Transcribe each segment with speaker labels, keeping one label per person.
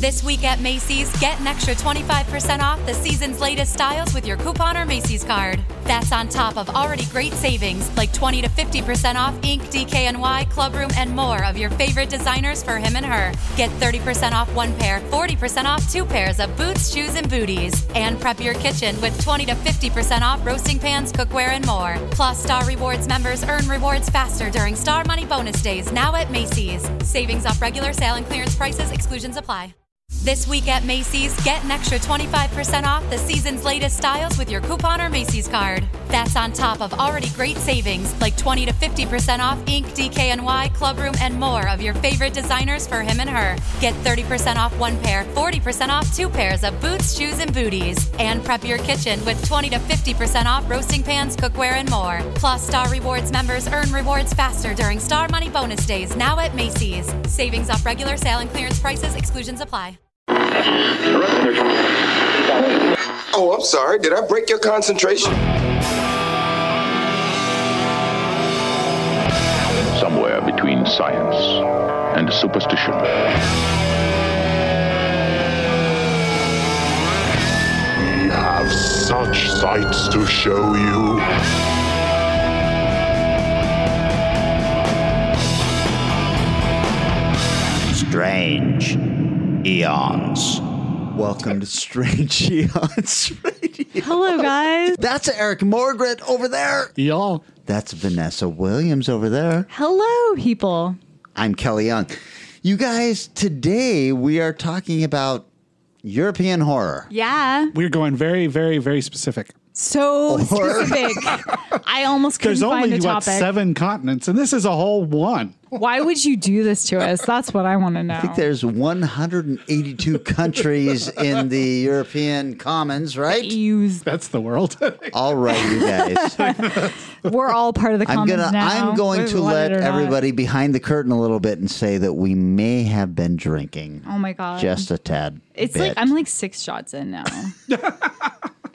Speaker 1: This week at Macy's, get an extra 25% off the season's latest styles with your coupon or Macy's card. That's on top of already great savings like 20 to 50% off Inc, DKNY, Clubroom, and more of your favorite designers for him and her. Get 30% off one pair, 40% off two pairs of boots, shoes, and booties. And prep your kitchen with 20 to 50% off roasting pans, cookware, and more. Plus, Star Rewards members earn rewards faster during Star Money Bonus Days now at Macy's. Savings off regular sale and clearance prices, exclusions apply. This week at Macy's, get an extra 25% off the season's latest styles with your coupon or Macy's card. That's on top of already great savings like 20 to 50% off Inc, DKNY, Clubroom, and more of your favorite designers for him and her. Get 30% off one pair, 40% off two pairs of boots, shoes, and booties. And prep your kitchen with 20 to 50% off roasting pans, cookware, and more. Plus, Star Rewards members earn rewards faster during Star Money Bonus Days now at Macy's. Savings off regular sale and clearance prices, exclusions apply.
Speaker 2: Oh, I'm sorry. Did I break your concentration?
Speaker 3: Somewhere between science and superstition.
Speaker 4: We have such sights to show you.
Speaker 5: Strange eons.
Speaker 6: Welcome to Strange Eons Radio.
Speaker 7: Hello, guys.
Speaker 6: That's Eric Morgret over there.
Speaker 8: Y'all.
Speaker 6: That's Vanessa Williams over there.
Speaker 7: Hello, people.
Speaker 6: I'm Kelly Young. You guys, today we are talking about European horror.
Speaker 7: Yeah.
Speaker 8: We're going very, very, very specific.
Speaker 7: So
Speaker 6: Or-
Speaker 7: specific. I almost couldn't
Speaker 8: There's
Speaker 7: find
Speaker 8: only
Speaker 7: a
Speaker 8: what
Speaker 7: topic.
Speaker 8: seven continents, and this is a whole one.
Speaker 7: Why would you do this to us? That's what I want to know.
Speaker 6: I think there's 182 countries in the European Commons, right?
Speaker 7: Use.
Speaker 8: That's the world.
Speaker 6: All right, you guys.
Speaker 7: We're all part of the
Speaker 6: I'm
Speaker 7: commons
Speaker 6: gonna.
Speaker 7: now.
Speaker 6: I'm going
Speaker 7: whether
Speaker 6: to
Speaker 7: we want
Speaker 6: let
Speaker 7: it or not.
Speaker 6: everybody behind the curtain a little bit and say that we may have been drinking
Speaker 7: Oh my god.
Speaker 6: just a tad.
Speaker 7: It's
Speaker 6: bit.
Speaker 7: like I'm like six shots in now.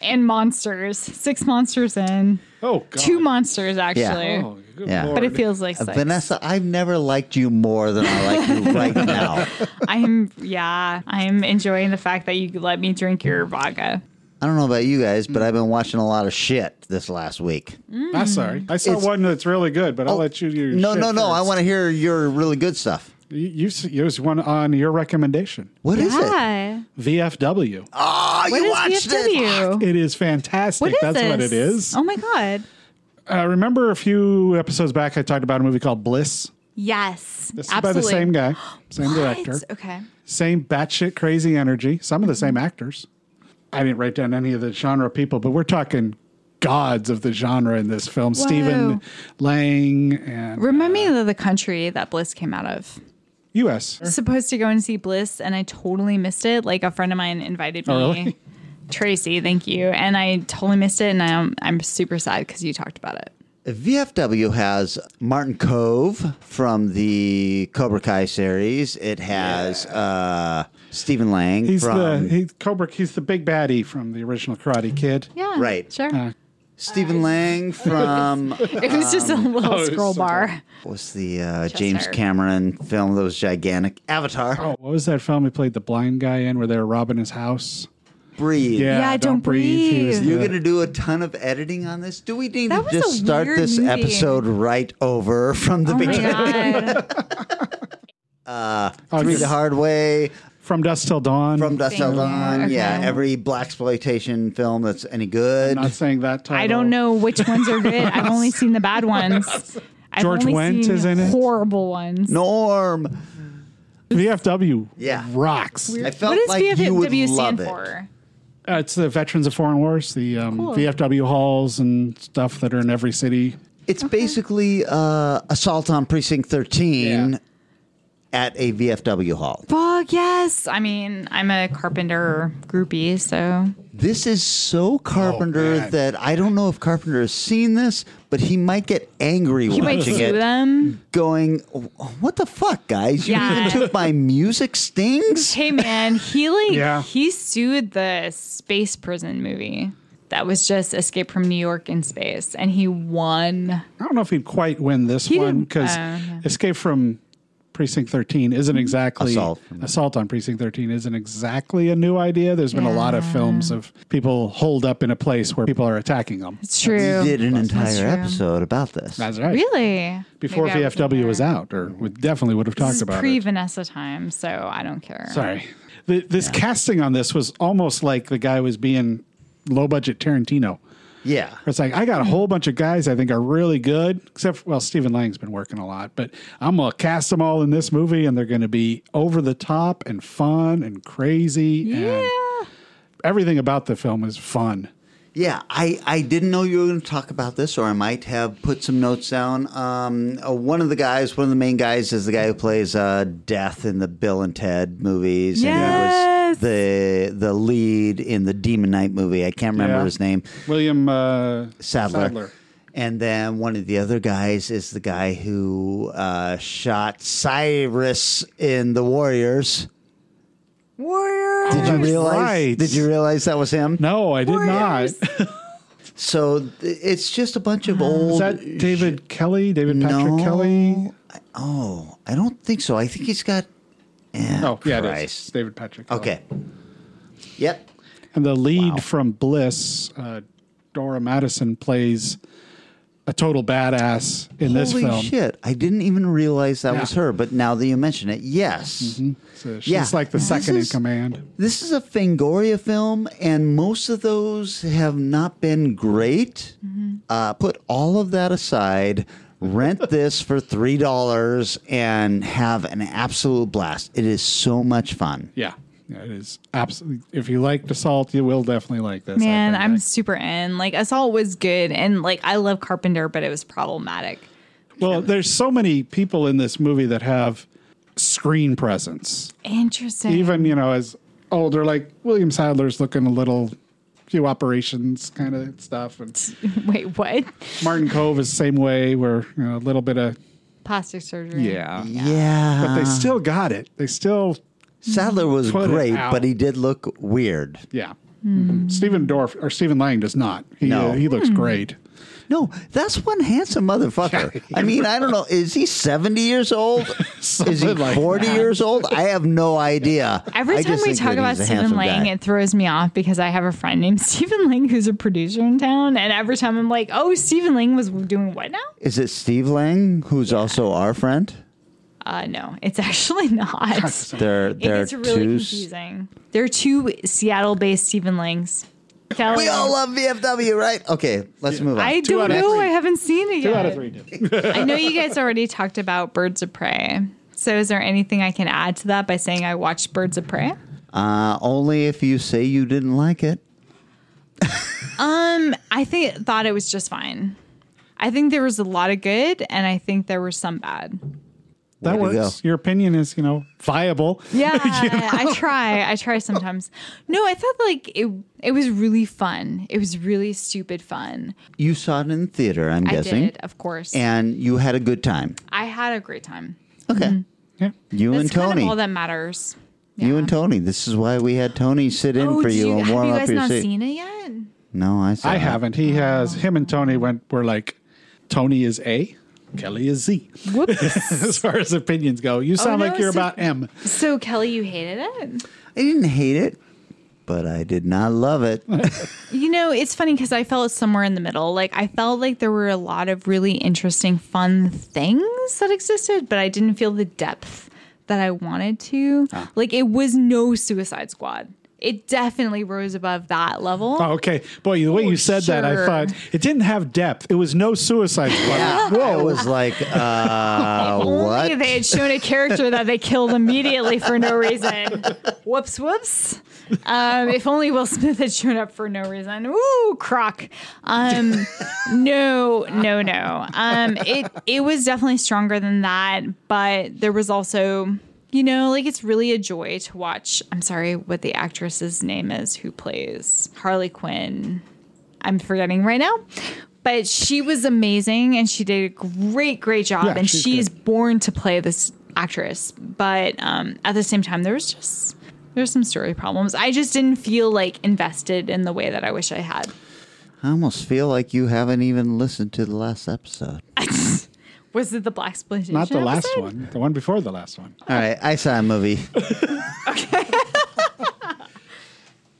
Speaker 7: and monsters. Six monsters in.
Speaker 8: oh, God.
Speaker 7: Two monsters actually.
Speaker 8: Oh, good
Speaker 6: Yeah.
Speaker 8: Lord.
Speaker 7: But it feels like six.
Speaker 6: Uh, Vanessa, I've never liked you more than I like you right now.
Speaker 7: I'm yeah. I'm enjoying the fact that you let me drink your vodka.
Speaker 6: I don't know about you guys, but I've been watching a lot of shit this last week.
Speaker 7: Mm.
Speaker 8: I'm sorry. I saw
Speaker 6: It's-
Speaker 8: one that's really
Speaker 7: Oh,
Speaker 8: good, but I'll let you do your
Speaker 6: No,
Speaker 8: shit
Speaker 6: no, no. I
Speaker 8: first.
Speaker 6: want to hear your really good stuff.
Speaker 8: You, you s- there's one on your recommendation.
Speaker 6: What is it?
Speaker 7: yeah.
Speaker 8: VFW.
Speaker 6: Oh,
Speaker 7: What
Speaker 6: you
Speaker 7: is
Speaker 6: watched it.
Speaker 7: VFW?
Speaker 8: It is fantastic.
Speaker 7: Oh. What is
Speaker 8: That's
Speaker 7: this?
Speaker 8: what it is.
Speaker 7: Oh my god.
Speaker 8: Uh, remember a few episodes back, I talked about a movie called Bliss.
Speaker 7: Yes.
Speaker 8: This
Speaker 7: absolutely.
Speaker 8: is by the same guy, same director,
Speaker 7: What? Okay.
Speaker 8: same batshit crazy energy. Some of the
Speaker 7: Mm-hmm.
Speaker 8: same actors. I didn't write down any of the genre people, but we're talking gods of the genre in this film. Stephen Lang and
Speaker 7: Remind me of the country that Bliss came out of.
Speaker 8: U.S.
Speaker 7: Supposed to go and see Bliss, and I totally missed it. Like a friend of mine invited me.
Speaker 8: Oh, really?
Speaker 7: Tracy, thank you, and I totally missed it, and I'm I'm super sad because you talked about it.
Speaker 6: VFW has Martin Cove from the Cobra Kai series. It has uh, Stephen Lang
Speaker 8: He's
Speaker 6: from
Speaker 8: the he, Cobra. He's the big baddie from the original Karate Kid.
Speaker 7: Yeah,
Speaker 6: Right.
Speaker 7: Sure.
Speaker 8: Uh,
Speaker 6: Stephen Lang from
Speaker 7: it was just a little
Speaker 8: was
Speaker 7: scroll
Speaker 8: um, oh, so
Speaker 7: bar.
Speaker 6: what's the uh, James
Speaker 7: her.
Speaker 6: Cameron film that was gigantic? Avatar.
Speaker 8: Oh, what was that film he played the blind guy in where they were robbing his house?
Speaker 6: Breathe.
Speaker 7: Yeah, Don't
Speaker 8: He was
Speaker 7: Breathe.
Speaker 6: You're
Speaker 8: the-
Speaker 6: going to do a ton of editing on this. Do we need
Speaker 7: That
Speaker 6: to
Speaker 7: was
Speaker 6: just
Speaker 7: a
Speaker 6: start
Speaker 7: weird
Speaker 6: this
Speaker 7: movie.
Speaker 6: episode right over from the
Speaker 7: Oh my
Speaker 6: beginning?
Speaker 7: god.
Speaker 8: I
Speaker 6: Three
Speaker 8: mean,
Speaker 6: the hard way
Speaker 8: from dusk till dawn.
Speaker 6: from Dust Till
Speaker 7: Thank
Speaker 6: Dawn.
Speaker 7: you.
Speaker 6: Yeah,
Speaker 7: Okay.
Speaker 6: every black exploitation film that's any good.
Speaker 8: not saying that title.
Speaker 7: I don't know which ones are good. I've only seen the bad ones. I've
Speaker 8: George
Speaker 7: only
Speaker 8: Wendt
Speaker 7: seen
Speaker 8: is in it.
Speaker 7: Horrible ones.
Speaker 6: Norm.
Speaker 8: VFW.
Speaker 6: Yeah.
Speaker 8: Rocks.
Speaker 6: I felt like you would love it.
Speaker 8: Uh, it's the Veterans of Foreign Wars, the um, VFW halls and stuff that are in every city.
Speaker 6: It's basically uh, assault on precinct 13
Speaker 8: Yeah.
Speaker 6: at a VFW hall.
Speaker 7: Fuck yes. I mean, I'm a carpenter groupie, so
Speaker 6: This is so Carpenter
Speaker 8: Oh, man.
Speaker 6: that I don't know if Carpenter has seen this, but he might get angry
Speaker 7: you might
Speaker 6: watching
Speaker 7: sue
Speaker 6: it.
Speaker 7: them.
Speaker 6: going, "What the fuck, guys? You
Speaker 7: Yeah.
Speaker 6: even took my music stings."
Speaker 7: Hey man, he like
Speaker 8: Yeah.
Speaker 7: he sued the space prison movie that was just Escape from New York in space, and he won.
Speaker 8: I don't know if he'd quite win this
Speaker 7: He
Speaker 8: one
Speaker 7: didn't- uh,
Speaker 8: because
Speaker 7: I don't know.
Speaker 8: Escape from Precinct 13 isn't exactly
Speaker 6: Assault.
Speaker 8: Assault on Precinct 13 isn't exactly a new idea. There's been a lot of
Speaker 7: Yeah.
Speaker 8: films of people holed up in a place where people are attacking them.
Speaker 7: It's true.
Speaker 6: We did an entire
Speaker 7: true.
Speaker 6: episode about this.
Speaker 8: That's right.
Speaker 7: Really?
Speaker 8: Before
Speaker 7: Maybe I wasn't
Speaker 8: VFW was
Speaker 7: there.
Speaker 8: out, or we definitely would have
Speaker 7: This
Speaker 8: talked
Speaker 7: is
Speaker 8: about
Speaker 7: pre
Speaker 8: it.
Speaker 7: Vanessa time, so I don't care.
Speaker 8: Sorry. The, this casting on this was almost like the guy was being low budget Tarantino.
Speaker 6: Yeah.
Speaker 8: It's like I got a whole bunch of guys I think are really good, except for, well, Stephen Lang's been working a lot, but I'm gonna cast them all in this movie, and they're gonna be over the top and fun and crazy, and everything about the film is fun.
Speaker 6: Yeah, I, I didn't know you were going to talk about this, or I might have put some notes down. Um, uh, one of the guys, one of the main guys, is the guy who plays uh, Death in the Bill and Ted movies.
Speaker 7: Yes.
Speaker 6: And he was the, the lead in the Demon Knight movie. I can't remember
Speaker 8: Yeah.
Speaker 6: his name.
Speaker 8: William uh,
Speaker 6: Sadler. And then one of the other guys is the guy who uh, shot Cyrus in The Warriors.
Speaker 7: Warrior.
Speaker 6: Did you
Speaker 8: that's
Speaker 6: realize?
Speaker 8: right.
Speaker 6: Did you realize that was him?
Speaker 8: No, I did
Speaker 7: Warriors.
Speaker 8: not.
Speaker 6: So th- it's just a bunch of old.
Speaker 8: Is that David Kelly? David Patrick
Speaker 6: No.
Speaker 8: Kelly?
Speaker 6: Oh, I don't think so. I think he's got. Eh,
Speaker 8: Oh, yeah, it is. It's
Speaker 6: Christ.
Speaker 8: David Patrick. Kelly.
Speaker 6: Okay. Yep.
Speaker 8: And the lead from Bliss, uh, Dora Madison, plays a total badass in this
Speaker 6: Holy
Speaker 8: film.
Speaker 6: shit! I didn't even realize that
Speaker 8: Yeah. Mm-hmm.
Speaker 6: was her. But now that you mention it, yes,
Speaker 8: So she's
Speaker 6: Yeah.
Speaker 8: like the
Speaker 6: This
Speaker 8: second
Speaker 6: is-
Speaker 8: in command.
Speaker 6: this is a Fangoria film, and most of those have not been great.
Speaker 8: Mm-hmm.
Speaker 6: Uh, put all of that aside. Rent this for three dollars and have an absolute blast. It is so much fun.
Speaker 8: Yeah. Yeah, it is absolutely. If you like Assault, you will definitely like this. I
Speaker 7: Man,
Speaker 8: think.
Speaker 7: I'm super in. Like Assault was good, and like I love Carpenter, but it was problematic.
Speaker 8: well. There's so many people in this movie that have screen presence.
Speaker 7: Interesting.
Speaker 8: Even you know, as older, like William Sadler's looking a little few operations kind of stuff, and
Speaker 7: Wait, what?
Speaker 8: Martin Cove is the same way. Where you know, a little bit of
Speaker 7: Plastic surgery.
Speaker 8: yeah,
Speaker 6: Yeah,
Speaker 8: but they still got it. They still
Speaker 6: Sadler was
Speaker 8: Put it
Speaker 6: great,
Speaker 8: out.
Speaker 6: but he did look weird.
Speaker 8: yeah.
Speaker 6: Hmm.
Speaker 8: Stephen Dorff or Stephen Lang does not. He
Speaker 6: No.
Speaker 8: uh, he looks great.
Speaker 6: No, that's one handsome motherfucker. I mean, I don't know. Is he 70 years old? is he
Speaker 8: Something like
Speaker 6: 40 years old? I have no idea.
Speaker 7: Every
Speaker 6: I
Speaker 7: time
Speaker 6: just
Speaker 7: we
Speaker 6: think
Speaker 7: talk
Speaker 6: that
Speaker 7: about
Speaker 6: he's a
Speaker 7: Stephen
Speaker 6: handsome
Speaker 7: Lang,
Speaker 6: guy.
Speaker 7: it throws me off because I have a friend named Stephen Lang who's a producer in town, and every time I'm like, "Oh, Stephen Lang was doing what now?"
Speaker 6: is it Steve Lang, who's also our friend?
Speaker 7: Uh, no, it's actually not.
Speaker 6: They're,
Speaker 7: It
Speaker 6: they're
Speaker 7: gets really
Speaker 6: two. s-
Speaker 7: confusing. There are two Seattle-based Stephen Langs. Tell
Speaker 6: We all love VFW, right? Okay, let's move on.
Speaker 7: I don't
Speaker 8: out of
Speaker 7: know.
Speaker 8: three.
Speaker 7: I haven't seen it yet.
Speaker 8: Two out of three did.
Speaker 7: I know you guys already talked about Birds of Prey. So is there anything I can add to that by saying I watched Birds of Prey?
Speaker 6: uh, only if you say you didn't like it.
Speaker 7: Um, I think thought it was just fine. I think there was a lot of good and I think there were some bad.
Speaker 8: That
Speaker 6: Way to
Speaker 8: works. Your opinion is, you know, viable.
Speaker 7: Yeah, I try. I try sometimes. No, I thought like it it was really fun. It was really stupid fun.
Speaker 6: You saw it in the theater, I'm guessing.
Speaker 7: I did, of course.
Speaker 6: And you had a good time.
Speaker 7: I had a great time.
Speaker 6: Okay.
Speaker 8: Yeah.
Speaker 6: You
Speaker 7: Mm-hmm. That's
Speaker 6: and
Speaker 7: kind
Speaker 6: Tony.
Speaker 7: of all that matters.
Speaker 6: You and Tony. This is why we had Tony sit in
Speaker 7: oh,
Speaker 6: for
Speaker 7: do
Speaker 6: you, and
Speaker 7: have
Speaker 6: warm
Speaker 7: you
Speaker 6: up
Speaker 7: guys
Speaker 6: your
Speaker 7: not
Speaker 6: seat.
Speaker 7: seen it yet?
Speaker 6: No, I saw
Speaker 8: I
Speaker 6: it.
Speaker 8: haven't. He has him and Tony went were like Tony is A, Kelly is Z.
Speaker 7: Whoops. Oh,
Speaker 8: as far as opinions go. You sound
Speaker 7: no,
Speaker 8: like you're
Speaker 7: so-
Speaker 8: about M.
Speaker 7: so Kelly, you hated it?
Speaker 6: I didn't hate it, but I did not love it.
Speaker 7: You know, it's funny because I felt somewhere in the middle. Like I felt like there were a lot of really interesting, fun things that existed, but I didn't feel the depth that I wanted to. Like it was no Suicide Squad. It definitely rose above that level.
Speaker 8: Oh, okay. Boy, the way you said that, I
Speaker 7: sure.
Speaker 8: thought it didn't have depth. It was no suicide squad.
Speaker 6: I was like, uh,
Speaker 7: Only
Speaker 6: what?
Speaker 7: they had shown a character that they killed immediately for no reason. whoops, whoops. Um, if only Will Smith had shown up for no reason. Ooh, croc. Um, no, no, no. Um, it it was definitely stronger than that, but there was also, you know, like it's really a joy to watch. I'm sorry, what the actress's name is who plays Harley Quinn. I'm forgetting right now. But she was amazing and she did a great, great job.
Speaker 8: Yeah,
Speaker 7: and
Speaker 8: she's
Speaker 7: she's
Speaker 8: good.
Speaker 7: born to play this actress. But um, at the same time, there was just there's some story problems. I just didn't feel like invested in the way that I wish I had.
Speaker 6: I almost feel like you haven't even listened to the last episode.
Speaker 7: Was it the black exploitation?
Speaker 8: Not the last one, the one before the last one.
Speaker 6: All right, I saw a movie.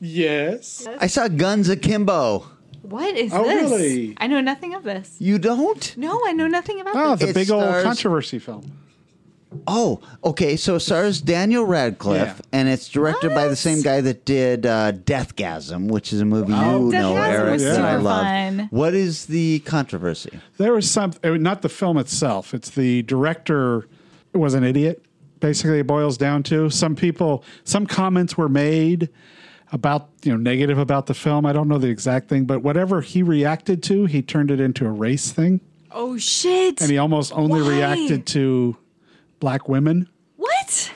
Speaker 8: Yes.
Speaker 6: I saw Guns Akimbo.
Speaker 7: What is
Speaker 8: Oh,
Speaker 7: this?
Speaker 8: really?
Speaker 7: I know nothing of this.
Speaker 6: You don't?
Speaker 7: No, I know nothing about
Speaker 8: Oh,
Speaker 7: this.
Speaker 8: the
Speaker 6: It
Speaker 8: big old
Speaker 6: stars-
Speaker 8: controversy film.
Speaker 6: Oh, okay. So it stars Daniel Radcliffe,
Speaker 8: Yeah.
Speaker 6: and it's directed by the
Speaker 7: What?
Speaker 6: same guy that did uh, Deathgasm, which is a movie you know,
Speaker 7: Deathgasm
Speaker 6: Eric,
Speaker 8: was
Speaker 6: that I
Speaker 8: super
Speaker 6: love.
Speaker 7: fun.
Speaker 6: What is the controversy?
Speaker 8: There was something, not the film itself. It's the director was an idiot. Basically, it boils down to some people. Some comments were made about you know negative about the film. I don't know the exact thing, but whatever he reacted to, he turned it into a race thing,
Speaker 7: Oh shit!
Speaker 8: and he almost only
Speaker 7: Why?
Speaker 8: reacted to black women.
Speaker 7: what?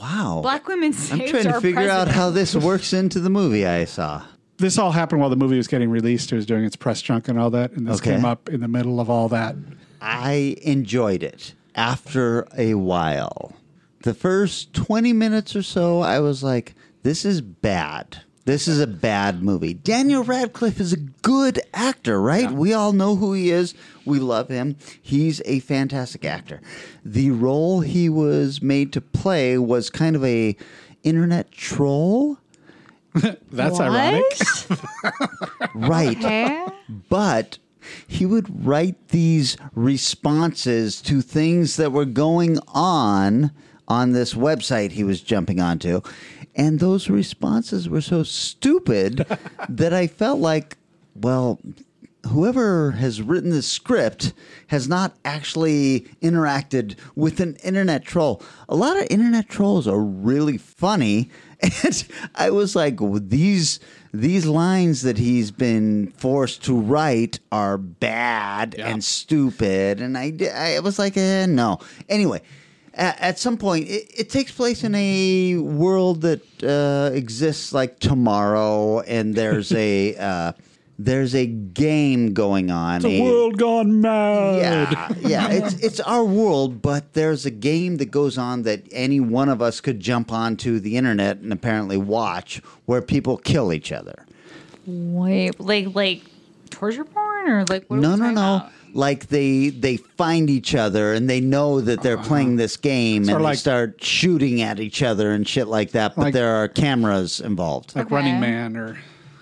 Speaker 6: Wow.
Speaker 7: Black women saved
Speaker 6: I'm trying to
Speaker 7: our
Speaker 6: figure out
Speaker 7: president.
Speaker 6: how this works into the movie I saw.
Speaker 8: This all happened while the movie was getting released. It was doing its press junk and all that, and this
Speaker 6: Okay.
Speaker 8: came up in the middle of all that.
Speaker 6: I enjoyed it after a while. The first 20 minutes or so, I was like, this is bad. This is a bad movie. Daniel Radcliffe is a good actor, right? We all know who he is. We love him. He's a fantastic actor. The role he was made to play was kind of a internet troll,
Speaker 8: That's ironic.
Speaker 6: right?
Speaker 7: Okay.
Speaker 6: but he would write these responses to things that were going on on this website he was jumping onto and those responses were so stupid that i felt like well whoever has written this script has not actually interacted with an internet troll a lot of internet trolls are really funny and I was like, "Well, these these lines that he's been forced to write are bad and stupid, and I, di- I was like, eh, no. Anyway, at, at some point, it, it takes place in a world that uh, exists like tomorrow, and there's a uh, there's a game going on.
Speaker 8: The
Speaker 6: a-
Speaker 8: world gone mad.
Speaker 6: yeah, yeah. It's it's our world, but there's a game that goes on that any one of us could jump onto the internet and apparently watch, where people kill each other.
Speaker 7: Wait, like like torture porn or like what are
Speaker 6: No,
Speaker 7: we
Speaker 6: no,
Speaker 7: talking
Speaker 6: no.
Speaker 7: about?
Speaker 6: Like they they find each other and they know that they're
Speaker 7: Uh-huh.
Speaker 6: playing this game
Speaker 8: Sort
Speaker 6: and
Speaker 8: of
Speaker 6: they
Speaker 8: like-
Speaker 6: start shooting at each other and shit like that. But
Speaker 8: Like-
Speaker 6: there are cameras involved.
Speaker 8: Like
Speaker 7: Okay.
Speaker 8: Running Man or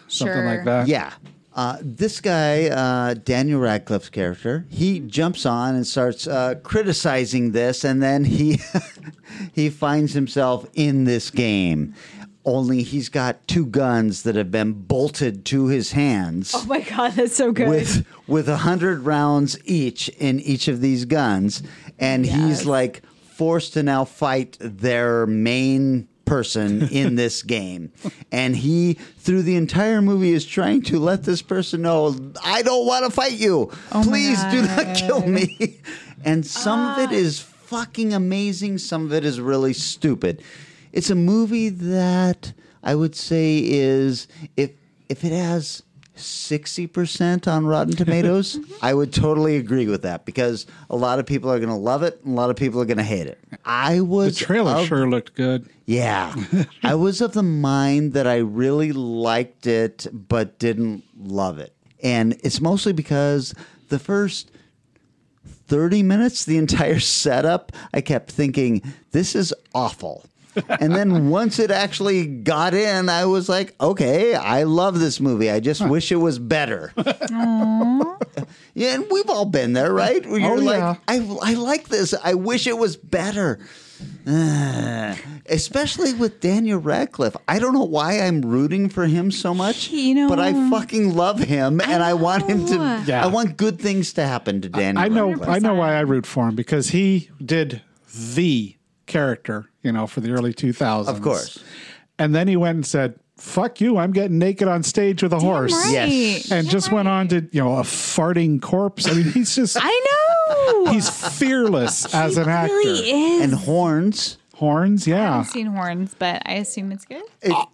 Speaker 8: something
Speaker 7: Sure.
Speaker 8: like that.
Speaker 6: Yeah. Uh, this guy, uh, Daniel Radcliffe's character, he jumps on and starts uh, criticizing this, and then he he finds himself in this game. Only he's got two guns that have been bolted to his hands
Speaker 7: Oh my god, that's so good.
Speaker 6: with with a hundred rounds each in each of these guns, and
Speaker 7: Yes.
Speaker 6: he's like forced to now fight their main person in this game, and he through the entire movie is trying to let this person know, I don't want to fight you. Please do not kill me. And some of it is fucking amazing. Some of it is really stupid. It's a movie that I would say is if if it has 60% on Rotten Tomatoes, I would totally agree with that because a lot of people are going to love it and a lot of people are going to hate it. I
Speaker 8: The
Speaker 6: was
Speaker 8: trailer
Speaker 6: of-
Speaker 8: sure looked good.
Speaker 6: Yeah. I was of the mind that I really liked it but didn't love it. And it's mostly because the first 30 minutes, the entire setup, I kept thinking, this is awful. and then once it actually got in, I was like, okay, I love this movie. I just wish it was better. yeah, and we've all been there, right? Where you're
Speaker 8: Oh,
Speaker 6: like,
Speaker 8: yeah.
Speaker 6: I, I like this. I wish it was better. Ah, especially with Daniel Radcliffe. I don't know why I'm rooting for him so much,
Speaker 7: You know- um,
Speaker 6: but I fucking love him and I want him to,
Speaker 8: Yeah.
Speaker 6: I want good things to happen to Daniel
Speaker 8: I know
Speaker 6: Radcliffe.
Speaker 8: I know why I root for him because he did the character, you know, for the early 2000s.
Speaker 6: Of course.
Speaker 8: And then he went and said, "Fuck you, I'm getting naked on stage with a horse."
Speaker 7: right.
Speaker 6: Yes.
Speaker 8: And just went on to, you know, a farting corpse. I mean, he's just
Speaker 7: I know.
Speaker 8: he's fearless as an actor.
Speaker 7: really is.
Speaker 6: and horns.
Speaker 8: Horns,
Speaker 7: I
Speaker 8: yeah.
Speaker 7: haven't seen horns, but I assume it's good.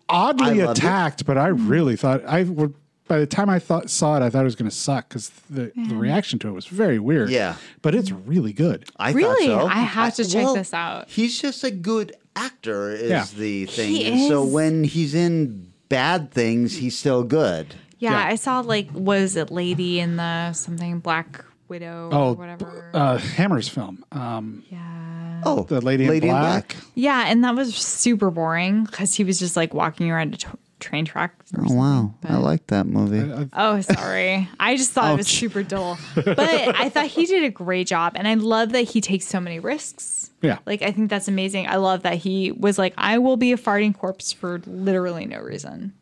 Speaker 8: Oddly
Speaker 6: I loved it.
Speaker 8: attacked, but I really thought I would by the time I thought saw it, I thought it was going to suck because the, the reaction to it was very weird.
Speaker 6: Yeah.
Speaker 8: but it's really good.
Speaker 6: I
Speaker 7: Really?
Speaker 6: thought so.
Speaker 7: I have to check this out.
Speaker 6: He's just a good actor, is
Speaker 8: Yeah.
Speaker 6: the thing.
Speaker 7: He
Speaker 6: And So
Speaker 7: is.
Speaker 6: when he's in bad things, he's still good.
Speaker 7: Yeah,
Speaker 8: Yeah.
Speaker 7: I saw like was it Lady in the something Black Widow
Speaker 8: Oh,
Speaker 7: or whatever.
Speaker 8: uh, Hammer's film. Um,
Speaker 7: yeah.
Speaker 6: Oh,
Speaker 8: the Lady, in, black.
Speaker 7: Yeah, and that was super boring because he was just like walking around a t- train track. or
Speaker 6: Oh,
Speaker 7: something,
Speaker 6: wow, I
Speaker 7: but-
Speaker 6: like that movie.
Speaker 7: Oh, sorry. I just thought it was
Speaker 6: Ouch.
Speaker 7: super dull. But I thought he did a great job. And I love that he takes so many risks.
Speaker 8: Yeah.
Speaker 7: Like, I think that's amazing. I love that he was like, I will be a farting corpse for literally no reason.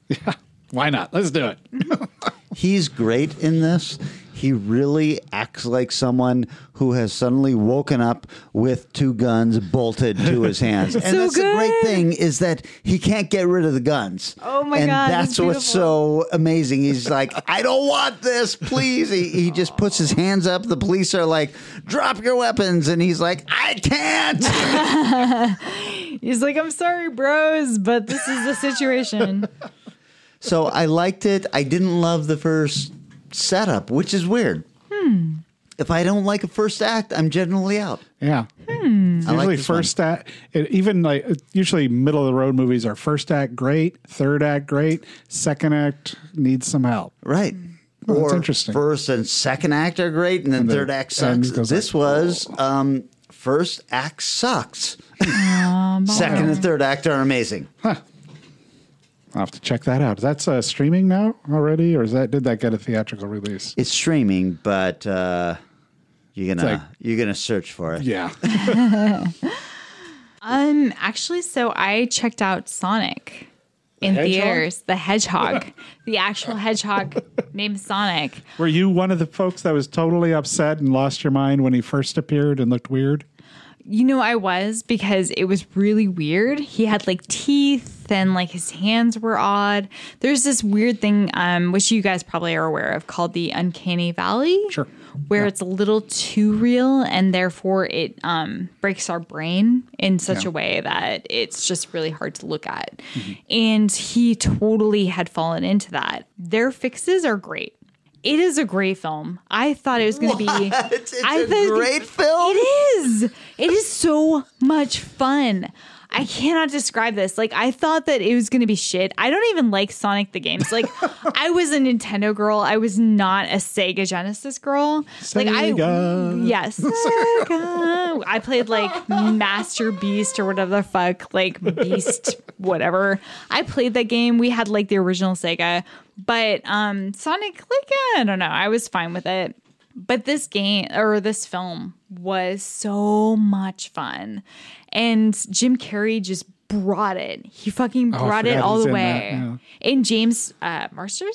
Speaker 8: Why not? Let's do it.
Speaker 6: He's great in this. He really acts like someone who has suddenly woken up with two guns bolted to his hands. And
Speaker 7: so
Speaker 6: that's the great
Speaker 7: good.
Speaker 6: thing is that he can't get rid of the guns.
Speaker 7: Oh my
Speaker 6: and
Speaker 7: God,
Speaker 6: that's
Speaker 7: it's
Speaker 6: what's so amazing. He's like, I don't want this, please. He, he just puts his hands up. The police are like, drop your weapons. And he's like, I can't.
Speaker 7: He's like, I'm sorry, bros, but this is the situation.
Speaker 6: So I liked it. I didn't love the first setup, which is weird.
Speaker 7: Hmm.
Speaker 6: If I don't like a first act, I'm generally out.
Speaker 8: Yeah.
Speaker 6: I like
Speaker 8: Usually
Speaker 6: this one.
Speaker 8: first act, it, even like usually middle of the road movies are first act great, third act great, second act needs some help.
Speaker 6: Right.
Speaker 7: Hmm.
Speaker 8: Well, that's
Speaker 6: or
Speaker 8: interesting.
Speaker 6: First and second act are great, and then
Speaker 8: then
Speaker 6: third act
Speaker 8: end
Speaker 6: sucks.
Speaker 8: goes
Speaker 6: This
Speaker 8: like, "Oh."
Speaker 6: was um, first act sucks. second and third act are amazing.
Speaker 8: I'll have to check that out. Is that uh, streaming now already, or is that did that get a theatrical release?
Speaker 6: It's streaming, but uh, you're gonna
Speaker 8: like-
Speaker 6: you're gonna search for it.
Speaker 8: Yeah.
Speaker 7: Um, actually, so I checked out Sonic in
Speaker 8: hedgehog?
Speaker 7: theaters, the hedgehog, the actual hedgehog named Sonic.
Speaker 8: Were you one of the folks that was totally upset and lost your mind when he first appeared and looked weird?
Speaker 7: You know, I was because it was really weird. He had like teeth and like his hands were odd. There's this weird thing, um, which you guys probably are aware of, called the uncanny valley.
Speaker 8: Sure.
Speaker 7: Where it's a little too real and therefore it um, breaks our brain in such
Speaker 8: Yeah.
Speaker 7: a way that it's just really hard to look at.
Speaker 6: Mm-hmm.
Speaker 7: And he totally had fallen into that. Their fixes are great. It is a great film. I thought it was going to be.
Speaker 6: It's, it's
Speaker 7: I
Speaker 6: a
Speaker 7: think-
Speaker 6: great film.
Speaker 7: It is. It is so much fun. I cannot describe this. Like I thought that it was going to be shit. I don't even like Sonic the games. Like I was a Nintendo girl. I was not a Sega Genesis girl. Like I
Speaker 8: Sega.
Speaker 7: yes. Sega. I played like Master Beast or whatever the fuck, like Beast whatever. I played that game. We had like the original Sega, but um Sonic like yeah, I don't know. I was fine with it. But this game or this film was so much fun. And Jim Carrey just brought it. He fucking
Speaker 8: Oh, I
Speaker 7: brought it
Speaker 8: forgot
Speaker 7: all
Speaker 8: he's
Speaker 7: the
Speaker 8: in that,
Speaker 7: way.
Speaker 8: yeah.
Speaker 7: And James uh Marsterson,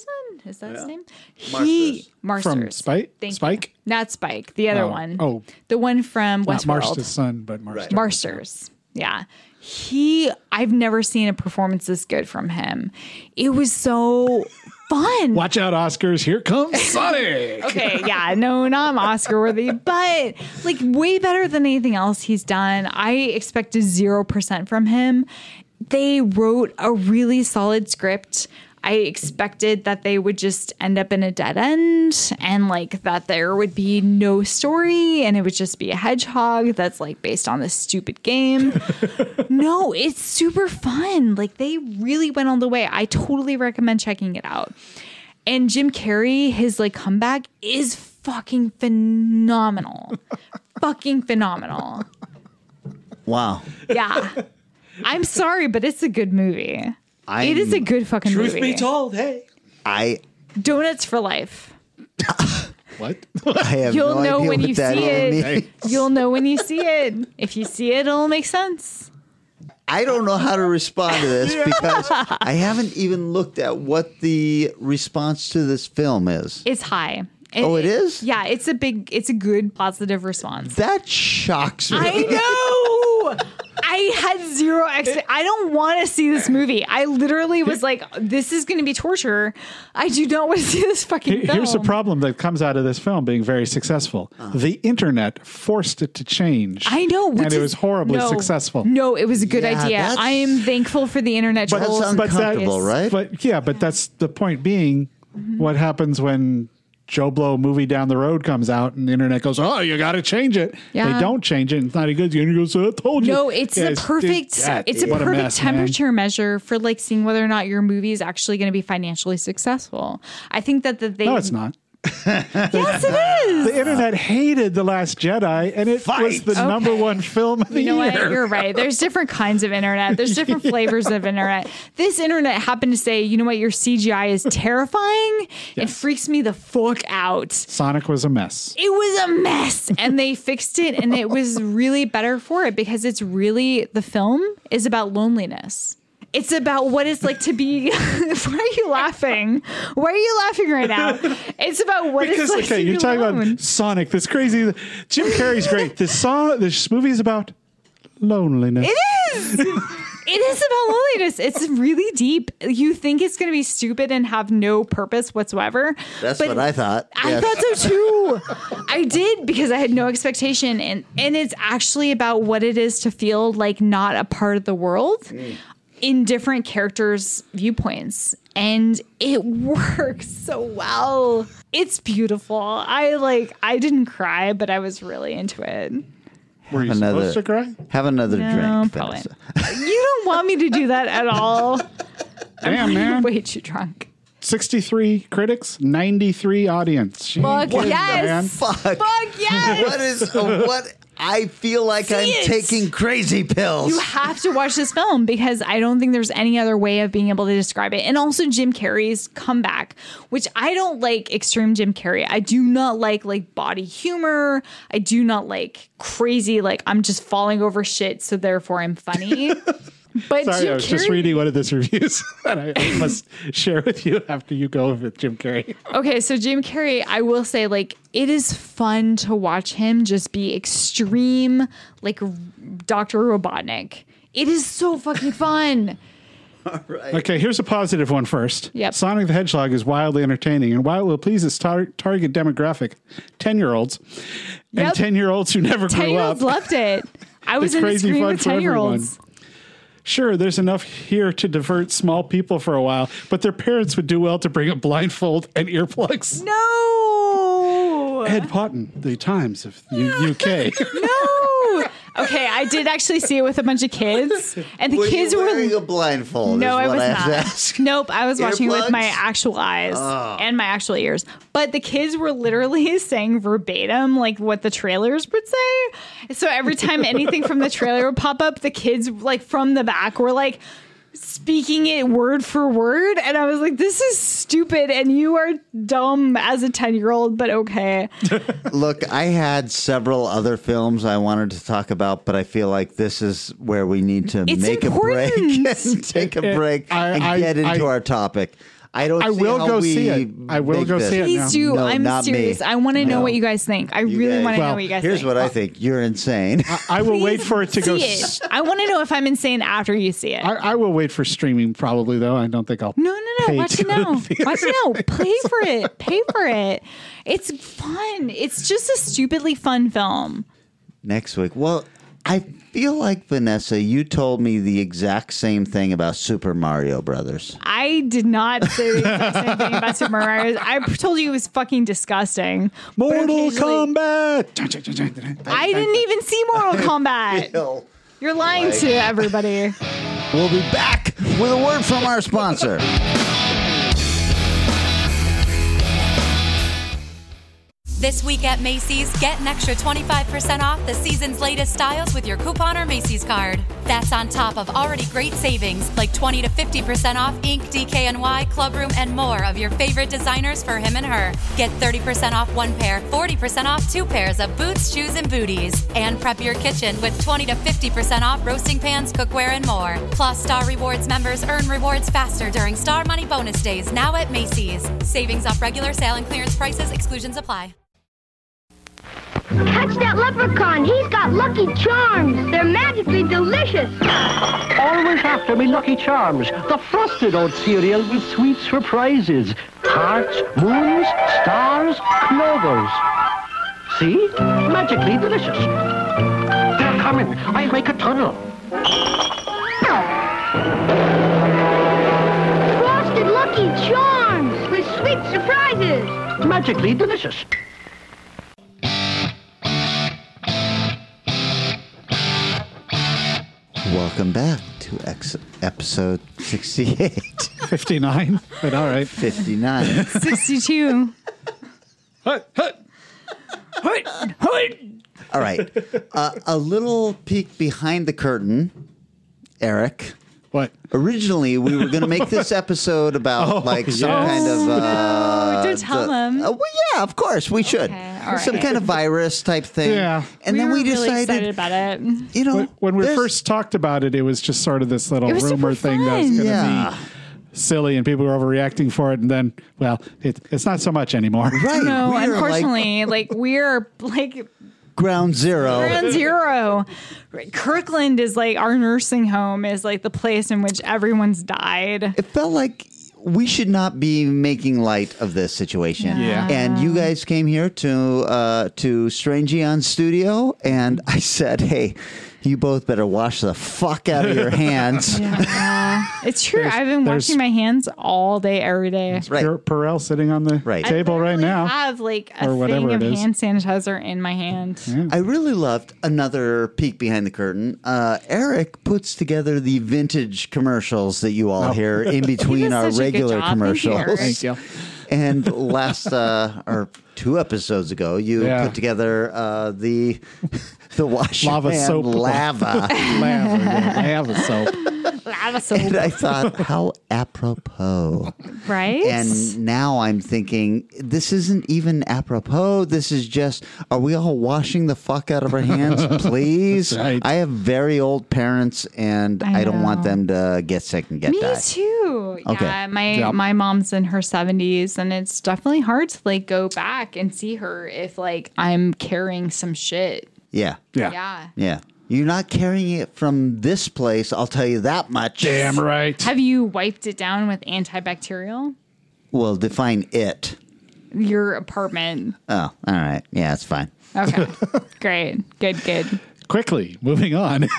Speaker 7: is that his name? He Marsters.
Speaker 8: From Spike?
Speaker 7: Thank you.
Speaker 8: Spike?
Speaker 7: Not Spike, the other
Speaker 8: Oh,
Speaker 7: one.
Speaker 8: oh.
Speaker 7: The one from
Speaker 8: Not Marsta's
Speaker 7: Westworld.
Speaker 8: son, but Marsta.
Speaker 7: Marsters. Yeah. He I've never seen a performance this good from him. It was so fun.
Speaker 8: Watch out, Oscars. Here comes Sonic.
Speaker 7: okay, yeah, no, not Oscar worthy, but like way better than anything else he's done. I expected zero percent from him. They wrote a really solid script. I expected that they would just end up in a dead end and like that there would be no story and it would just be a hedgehog that's like based on this stupid game. no, it's super fun. Like they really went all the way. I totally recommend checking it out. And Jim Carrey, his like comeback is fucking phenomenal. fucking phenomenal.
Speaker 6: Wow.
Speaker 7: Yeah. I'm sorry, but it's a good movie. it is a
Speaker 6: I'm-
Speaker 7: good fucking movie.
Speaker 8: told, hey.
Speaker 6: I
Speaker 7: Donuts for life.
Speaker 8: What?
Speaker 6: I have
Speaker 7: You'll
Speaker 6: no
Speaker 7: know
Speaker 6: idea
Speaker 7: when
Speaker 6: what
Speaker 7: you
Speaker 6: that
Speaker 7: see
Speaker 6: even
Speaker 7: it.
Speaker 6: means.
Speaker 7: You'll know when you see it. If you see it, it'll make sense.
Speaker 6: I don't know how to respond to this because I haven't even looked at what the response to this film is.
Speaker 7: It's high.
Speaker 6: Oh, it is?
Speaker 7: Yeah, it's a big, it's a good positive response.
Speaker 6: That shocks me.
Speaker 7: I know. I had zero expect. I don't want to see this movie. I literally was like, "This is going to be torture." I do not want to see this fucking film.
Speaker 8: Here's the problem that comes out of this film being very successful.
Speaker 6: Oh.
Speaker 8: The internet forced it to change.
Speaker 7: I know, which
Speaker 8: and it
Speaker 7: is-
Speaker 8: was horribly
Speaker 7: no.
Speaker 8: successful.
Speaker 7: No, it was a good
Speaker 6: Yeah,
Speaker 7: idea.
Speaker 6: that's-
Speaker 7: I am thankful for the internet
Speaker 8: But-
Speaker 6: That's
Speaker 7: trolls.
Speaker 8: But that-
Speaker 6: uncomfortable, right?
Speaker 8: But yeah, but that's the point being
Speaker 7: Mm-hmm.
Speaker 8: what happens when Joe Blow movie down the road comes out and the internet goes, Oh, you gotta change it.
Speaker 7: Yeah.
Speaker 8: They don't change it. and It's not any good. The internet goes, I told you.
Speaker 7: No, it's
Speaker 8: Yeah,
Speaker 7: the perfect.
Speaker 8: dude, yeah,
Speaker 7: it's a
Speaker 8: dude, what
Speaker 7: perfect
Speaker 8: mess, man.
Speaker 7: temperature measure for like seeing whether or not your movie is actually going to be financially successful. I think that that they
Speaker 8: No, it's not.
Speaker 7: Yes, it is.
Speaker 8: The internet hated The Last Jedi, and it was
Speaker 6: Fight.
Speaker 8: the number
Speaker 7: Okay.
Speaker 8: one film of the
Speaker 7: You know
Speaker 8: year.
Speaker 7: what? You're right. There's different kinds of internet. There's different flavors of internet. This internet happened to say, you know what? Your CGI is terrifying. It
Speaker 8: Yes.
Speaker 7: freaks me the fuck out.
Speaker 8: Sonic was a mess.
Speaker 7: It was a mess. And they fixed it and it was really better for it because it's really the film is about loneliness. It's about what it's like to be. Why are you laughing? Why are you laughing right now? It's about what
Speaker 8: Because
Speaker 7: it's like
Speaker 8: okay,
Speaker 7: to be
Speaker 8: you're talking
Speaker 7: alone.
Speaker 8: about Sonic. This crazy. Jim Carrey's great. This song, this movie is about loneliness.
Speaker 7: It is. it is about loneliness. It's really deep. You think it's going to be stupid and have no purpose whatsoever.
Speaker 6: That's
Speaker 7: but
Speaker 6: what I thought.
Speaker 7: I
Speaker 6: Yes.
Speaker 7: thought so too. I did because I had no expectation, and and it's actually about what it is to feel like not a part of the world
Speaker 6: Mm.
Speaker 7: in different characters' viewpoints, and it works so well. It's beautiful. I like. I didn't cry, but I was really into it.
Speaker 8: Were you
Speaker 6: another
Speaker 8: supposed to cry?
Speaker 6: have another
Speaker 7: No,
Speaker 6: drink.
Speaker 7: probably.
Speaker 6: Vanessa.
Speaker 7: you don't want me to do that at all.
Speaker 8: Damn man,
Speaker 7: Way too drunk.
Speaker 8: 63 critics, 93 audience. Jeez,
Speaker 7: Fuck yes.
Speaker 8: man.
Speaker 6: Fuck.
Speaker 7: Fuck yes.
Speaker 6: What is uh, what? I feel like I'm
Speaker 7: it.
Speaker 6: taking crazy pills.
Speaker 7: You have to watch this film because I don't think there's any other way of being able to describe it. And also Jim Carrey's comeback, which I don't like extreme Jim Carrey. I do not like like body humor. I do not like crazy like I'm just falling over shit, so therefore I'm funny. But
Speaker 8: Sorry,
Speaker 7: Jim
Speaker 8: I was just
Speaker 7: Carrey-
Speaker 8: reading one of this reviews that I, I must share with you after you go with Jim Carrey.
Speaker 7: Okay, so Jim Carrey, I will say, like, it is fun to watch him just be extreme, like r- Dr. Robotnik. It is so fucking fun.
Speaker 8: Okay, here's a positive one first.
Speaker 7: Yep.
Speaker 8: Sonic the Hedgehog is wildly entertaining, and while it will please its tar- target demographic, 10 year olds,
Speaker 7: Yep.
Speaker 8: and 10 year olds who never
Speaker 7: Ten
Speaker 8: grew
Speaker 7: year
Speaker 8: up,
Speaker 7: olds loved it. I was
Speaker 8: It's
Speaker 7: in the
Speaker 8: crazy
Speaker 7: screen
Speaker 8: fun
Speaker 7: with
Speaker 8: for
Speaker 7: 10 year olds.
Speaker 8: sure, there's enough here to divert small people for a while, but their parents would do well to bring a blindfold and earplugs.
Speaker 7: No.
Speaker 8: Ed Potton, The Times of U- UK.
Speaker 7: No. Okay, I did actually see it with a bunch of kids, and the
Speaker 6: Were you
Speaker 7: kids were.
Speaker 6: wearing a blindfold.
Speaker 7: No,
Speaker 6: is
Speaker 7: I
Speaker 6: what
Speaker 7: was
Speaker 6: I have
Speaker 7: not.
Speaker 6: to ask.
Speaker 7: Nope, I was watching with my
Speaker 6: Earplugs? Oh.
Speaker 7: actual eyes and my actual ears. But the kids were literally saying verbatim like what the trailers would say. So every time anything from the trailer would pop up, the kids like from the back were like speaking it word for word and I was like this is stupid and you are dumb as a 10-year-old but okay.
Speaker 6: Look, I had several other films I wanted to talk about, but I feel like this is where we need to
Speaker 7: It's
Speaker 6: make a
Speaker 7: important.
Speaker 6: break and take a
Speaker 8: It-
Speaker 6: break
Speaker 8: I-
Speaker 6: and
Speaker 8: I-
Speaker 6: get into
Speaker 8: I-
Speaker 6: our topic. I don't.
Speaker 8: I
Speaker 6: see
Speaker 8: will
Speaker 6: how
Speaker 8: go
Speaker 6: we
Speaker 8: see it. I will
Speaker 6: make
Speaker 8: go see
Speaker 6: this.
Speaker 8: it.
Speaker 7: Please do.
Speaker 6: No,
Speaker 7: I'm
Speaker 6: not me.
Speaker 7: serious. I want to know
Speaker 6: No.
Speaker 7: what you guys think. I
Speaker 6: You
Speaker 7: really
Speaker 6: guys-
Speaker 7: want to know
Speaker 8: Well,
Speaker 7: what you guys
Speaker 6: Here's
Speaker 7: think.
Speaker 6: what I think. You're insane.
Speaker 8: I will wait for it to go.
Speaker 7: See
Speaker 8: s-
Speaker 7: it. I want to know if I'm insane after you see it.
Speaker 8: I, I will wait for streaming probably though. I don't think I'll.
Speaker 7: No, no, no.
Speaker 8: pay
Speaker 7: Watch
Speaker 8: to
Speaker 7: it now.
Speaker 8: go to the
Speaker 7: Watch it now. Pay for it. Pay for it. It's fun. It's just a stupidly fun film.
Speaker 6: Next week. Well, I feel like Vanessa. You told me the exact same thing about Super Mario Brothers.
Speaker 7: I did not say the exact same thing about Super Mario. I told you it was fucking disgusting. But
Speaker 8: Mortal
Speaker 7: occasionally-
Speaker 8: Kombat.
Speaker 7: I didn't even see Mortal Kombat.
Speaker 6: We'll
Speaker 7: You're lying to everybody.
Speaker 6: be back with a word from our sponsor.
Speaker 1: This week at Macy's, get an extra 25% off the season's latest styles with your coupon or Macy's card. That's on top of already great savings like 20 to 50% off Inc, DKNY, Clubroom, and more of your favorite designers for him and her. Get 30% off one pair, 40% off two pairs of boots, shoes, and booties. And prep your kitchen with 20 to 50% off roasting pans, cookware, and more. Plus, Star Rewards members earn rewards faster during Star Money Bonus Days now at Macy's. Savings off regular sale and clearance prices, exclusions apply.
Speaker 9: Catch that leprechaun. He's got lucky charms. They're magically delicious.
Speaker 10: Always after me Lucky Charms, the frosted oat cereal with sweet surprises. Hearts, moons, stars, clovers. See? Magically delicious. They're coming. I'll make a tunnel.
Speaker 9: Frosted lucky charms with sweet surprises.
Speaker 10: Magically delicious.
Speaker 6: Welcome back to ex- episode 68,
Speaker 8: Fifty nine. But all right.
Speaker 6: 59.
Speaker 7: 62.
Speaker 8: hut, hut.
Speaker 6: All right. Uh, a little peek behind the curtain, Eric.
Speaker 8: What?
Speaker 6: Originally, we were going to make this episode about like some
Speaker 8: Oh, yes.
Speaker 6: kind of. Uh,
Speaker 7: don't tell
Speaker 6: the-
Speaker 7: them.
Speaker 6: Uh, well, yeah, of course we should.
Speaker 7: Okay, all
Speaker 6: Some
Speaker 7: right.
Speaker 6: kind of virus type thing.
Speaker 8: Yeah.
Speaker 6: And then
Speaker 7: were
Speaker 6: we
Speaker 7: really
Speaker 6: decided,
Speaker 7: excited about it.
Speaker 6: you know,
Speaker 8: When- When we
Speaker 6: there's-
Speaker 8: first talked about it, it was just sort of this little
Speaker 7: It was super
Speaker 8: rumor thing that was
Speaker 7: fun.
Speaker 8: going to
Speaker 6: Yeah.
Speaker 8: be silly, and people were overreacting for it. And then, well, it, it's not so much anymore.
Speaker 6: right,
Speaker 7: No,
Speaker 6: we are, like,
Speaker 7: unfortunately, like we're like
Speaker 6: ground zero.
Speaker 7: ground zero. Kirkland is like our nursing home is like the place in which everyone's died.
Speaker 6: it felt like we should not be making light of this situation.
Speaker 8: Yeah.
Speaker 6: And you guys came here to uh, to Strangeon Studio, and I said, "Hey, you both better wash the fuck out of your hands."
Speaker 7: It's true.
Speaker 8: There's-
Speaker 7: I've been
Speaker 8: there's-
Speaker 7: washing my hands all day, every day.
Speaker 6: Right.
Speaker 8: Per- Perel sitting on the
Speaker 6: Right.
Speaker 8: table right
Speaker 7: literally
Speaker 8: now.
Speaker 7: have like
Speaker 8: or
Speaker 7: a
Speaker 8: whatever
Speaker 7: thing of
Speaker 8: it is.
Speaker 7: hand sanitizer in my hand.
Speaker 6: I really loved another peek behind the curtain. Uh, Eric puts together the vintage commercials that you all hear in between
Speaker 7: does
Speaker 6: our
Speaker 7: Oh. such a good
Speaker 6: regular
Speaker 7: job. Thank you,
Speaker 6: commercials.
Speaker 7: Eric. Thank
Speaker 8: you.
Speaker 6: And last uh, or two episodes ago, you
Speaker 8: Yeah.
Speaker 6: put together uh, the the wash your
Speaker 8: Lava
Speaker 6: hand
Speaker 8: soap.
Speaker 6: lava.
Speaker 8: Lava, yeah, lava soap.
Speaker 7: Lava soap,
Speaker 6: and I thought, how apropos.
Speaker 7: right?
Speaker 6: And now I'm thinking, this isn't even apropos. This is just, are we all washing the fuck out of our hands, please?
Speaker 8: Right.
Speaker 6: I have very old parents and I,
Speaker 7: I
Speaker 6: don't want
Speaker 7: know.
Speaker 6: them to get sick and get
Speaker 7: Me
Speaker 6: die.
Speaker 7: too.
Speaker 6: Okay.
Speaker 7: Yeah, my
Speaker 8: Yeah.
Speaker 7: my mom's in her seventies, and it's definitely hard to like go back and see her if like I'm carrying some shit.
Speaker 6: Yeah.
Speaker 8: Yeah.
Speaker 7: Yeah.
Speaker 6: Yeah. You're not carrying it from this place, I'll tell you that much.
Speaker 8: Damn right.
Speaker 7: Have you wiped it down with antibacterial?
Speaker 6: Well, define it.
Speaker 7: Your apartment.
Speaker 6: Oh, all right. Yeah, it's fine.
Speaker 7: Okay. Great. Good. Good.
Speaker 8: Quickly, moving on.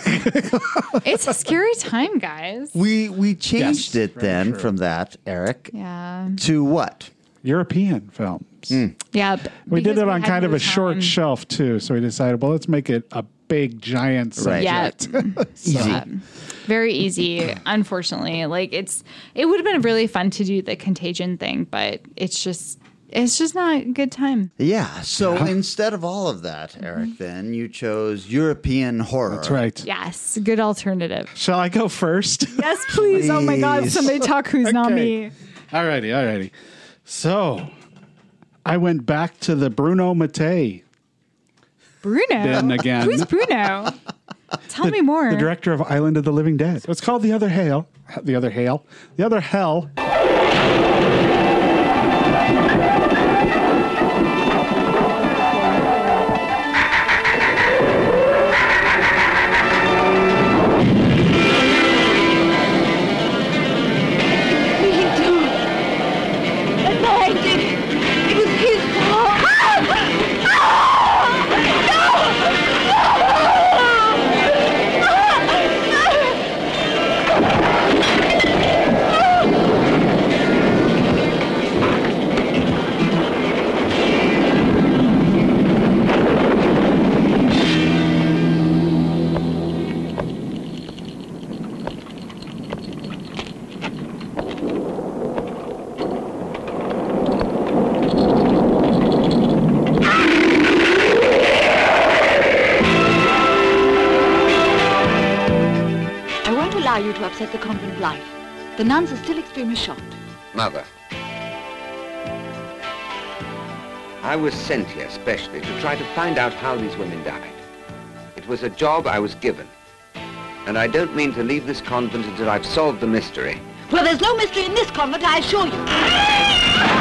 Speaker 7: It's a scary time, guys.
Speaker 6: We we changed
Speaker 8: Yes.
Speaker 6: it then from that, Eric,
Speaker 7: Yeah.
Speaker 6: to what?
Speaker 8: European films.
Speaker 6: Hmm.
Speaker 7: Yeah.
Speaker 8: We did it on kind of a short shelf too, so we decided, well, let's make it a big giant
Speaker 6: Right.
Speaker 8: subject.
Speaker 7: Yeah.
Speaker 6: Easy.
Speaker 7: Very easy, unfortunately. Like it's it would have been really fun to do the contagion thing, but it's just it's just not a good time.
Speaker 6: Yeah. So instead of all of that,
Speaker 7: Mm-hmm.
Speaker 6: Eric, then you chose European horror.
Speaker 8: That's right.
Speaker 7: Yes, good alternative.
Speaker 8: Shall I go first?
Speaker 7: Yes, please. Oh my god,
Speaker 6: Please.
Speaker 7: somebody talk who's not
Speaker 8: Okay.
Speaker 7: me.
Speaker 8: Alrighty, alrighty. So I went back to the Bruno Mattei,
Speaker 7: Bruno.
Speaker 8: Then again.
Speaker 7: Who's Bruno? Tell me more.
Speaker 8: the director of Island of the Living Dead. It's called The Other Hale. The Other Hale. The Other Hell.
Speaker 9: Me too. That's all I did. It was his fault. I won't allow you to upset the convent life. The nuns are still extremely shocked.
Speaker 11: Mother. I was sent here specially to try to find out how these women died. It was a job I was given. And I don't mean to leave this convent until I've solved the mystery.
Speaker 9: Well, there's no mystery in this convent, I assure you.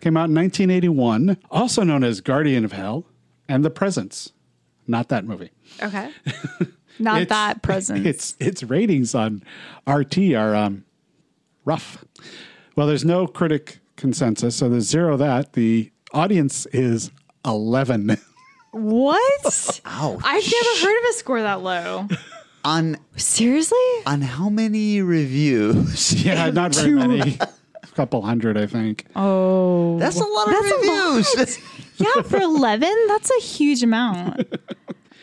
Speaker 8: Came out in 1981, also known as Guardian of Hell and The Presence. Not that movie.
Speaker 7: okay. Not
Speaker 8: It's-
Speaker 7: that present.
Speaker 8: It's its ratings on RT are um, rough. Well, there's no critic consensus, so there's zero that. The audience is eleven.
Speaker 7: what?
Speaker 6: Ouch.
Speaker 7: Oh, I've never heard of a score that low.
Speaker 6: on
Speaker 7: seriously
Speaker 6: on how many reviews?
Speaker 8: Yeah, not very
Speaker 6: Two.
Speaker 8: many. A couple hundred, I think.
Speaker 7: Oh,
Speaker 6: That's a lot of
Speaker 7: That's a
Speaker 6: reviews.
Speaker 7: yeah, for eleven, that's a huge amount.